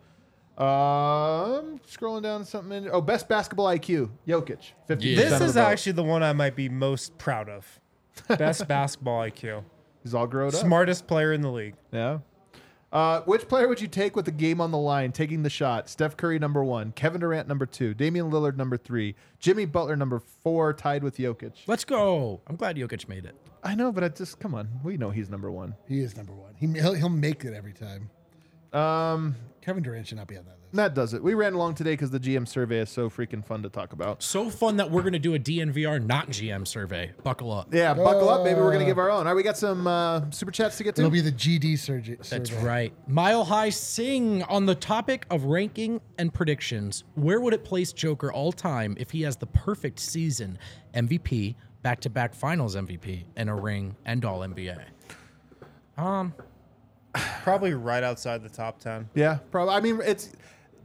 Speaker 1: Um, scrolling down something. In, oh, best basketball IQ, Jokic. Fifty.
Speaker 4: Yeah.
Speaker 3: this is actually the one I might be most proud *laughs* of. Best basketball IQ.
Speaker 1: he's all grown up.
Speaker 3: Smartest player in the league.
Speaker 1: Yeah. Uh, which player would you take with the game on the line, taking the shot? Steph Curry number one, Kevin Durant number two, Damian Lillard number three, Jimmy Butler number four, tied with Jokic.
Speaker 4: Let's go. I'm glad Jokic made it.
Speaker 1: I know, but I just come on. We know he's number one.
Speaker 2: He is number one. He he'll, he'll make it every time.
Speaker 1: Um,
Speaker 2: Kevin Durant should not be on that list.
Speaker 1: that does it. We ran along today because the GM survey is so freaking fun to talk about.
Speaker 4: So fun that we're gonna do a DNVR not GM survey. Buckle up.
Speaker 1: Yeah, buckle up, baby. We're gonna give our own. All right, we got some uh, super chats to get to.
Speaker 2: It'll be the GD surgery.
Speaker 4: That's right. Mile High Sing on the topic of ranking and predictions. Where would it place Joker all time if he has the perfect season, MVP, back to back finals MVP, and a ring and all NBA?
Speaker 3: Probably right outside the top 10.
Speaker 1: yeah, probably. I mean, it's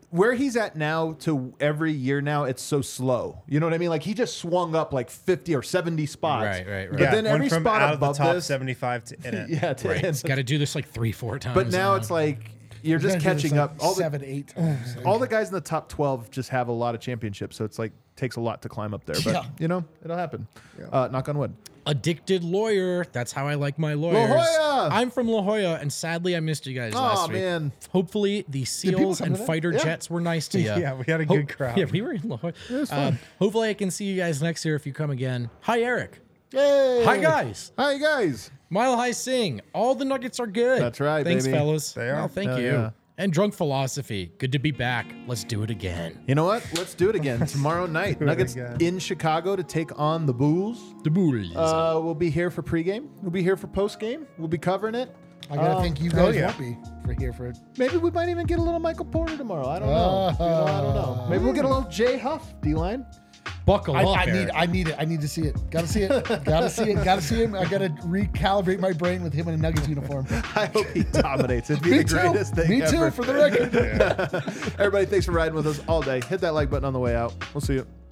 Speaker 1: where he's at now to every year now. It's so slow. You know what I mean? Like he just swung up like fifty or seventy spots.
Speaker 4: Right, right, right.
Speaker 1: But
Speaker 4: Yeah,
Speaker 1: then
Speaker 3: went
Speaker 1: every
Speaker 3: from
Speaker 1: spot
Speaker 3: out of the
Speaker 1: above
Speaker 3: top
Speaker 1: this,
Speaker 3: 75 to in
Speaker 1: *laughs*
Speaker 3: it.
Speaker 1: yeah, to end.
Speaker 4: It's got to do this like three, four times.
Speaker 1: But now
Speaker 4: you
Speaker 1: it's
Speaker 4: know?
Speaker 1: like you're just catching up. All the
Speaker 2: seven, eight times.
Speaker 1: all the guys in the top 12 just have a lot of championships so it's like takes a lot to climb up there but
Speaker 2: Yeah.
Speaker 1: you know it'll happen uh, knock on wood
Speaker 4: addicted lawyer. That's how I like my lawyers.
Speaker 1: Jolla!
Speaker 4: I'm from La Jolla, and sadly, I missed you guys last week.
Speaker 1: man.
Speaker 4: Hopefully, the
Speaker 2: people
Speaker 4: SEALs
Speaker 2: come
Speaker 4: and
Speaker 2: to that?
Speaker 4: fighter
Speaker 1: Yeah.
Speaker 4: jets were nice to you.
Speaker 3: Yeah, we had a good crowd.
Speaker 4: Yeah, we were in La Jolla. Um, hopefully, I can see you guys next year if you come again. Hi, Eric.
Speaker 1: Yay!
Speaker 4: Hi, guys.
Speaker 1: hi guys
Speaker 4: Mile High Sing. All the nuggets are good.
Speaker 1: That's right,
Speaker 4: Thanks,
Speaker 1: baby.
Speaker 4: fellas.
Speaker 3: They are.
Speaker 4: No, thank
Speaker 1: Hell
Speaker 4: you.
Speaker 1: yeah.
Speaker 4: And Drunk Philosophy. Good to be back. Let's do it again.
Speaker 1: you know what let's do it again *laughs* tomorrow night nuggets
Speaker 3: again.
Speaker 1: in chicago to take on the bulls
Speaker 4: The Bulls.
Speaker 1: uh, we'll be here for pregame we'll be here for postgame we'll be covering it
Speaker 2: I gotta
Speaker 1: Um,
Speaker 2: thank you
Speaker 1: oh,
Speaker 2: guys.
Speaker 3: yeah.
Speaker 2: won't be for here for it.
Speaker 1: maybe we might even get a little michael porter tomorrow i don't know, You know, i don't know maybe we'll get a little jay huff d-line
Speaker 4: Buckle
Speaker 2: I,
Speaker 4: up,
Speaker 2: I need,
Speaker 4: Eric.
Speaker 2: I need it. I need to see it. Gotta see it. Gotta see it. Gotta see him. I gotta recalibrate my brain with him in a Nuggets uniform.
Speaker 1: i hope he dominates *laughs* it'd be the greatest
Speaker 2: too.
Speaker 1: thing
Speaker 2: Me
Speaker 1: *laughs* ever
Speaker 2: too. For the record.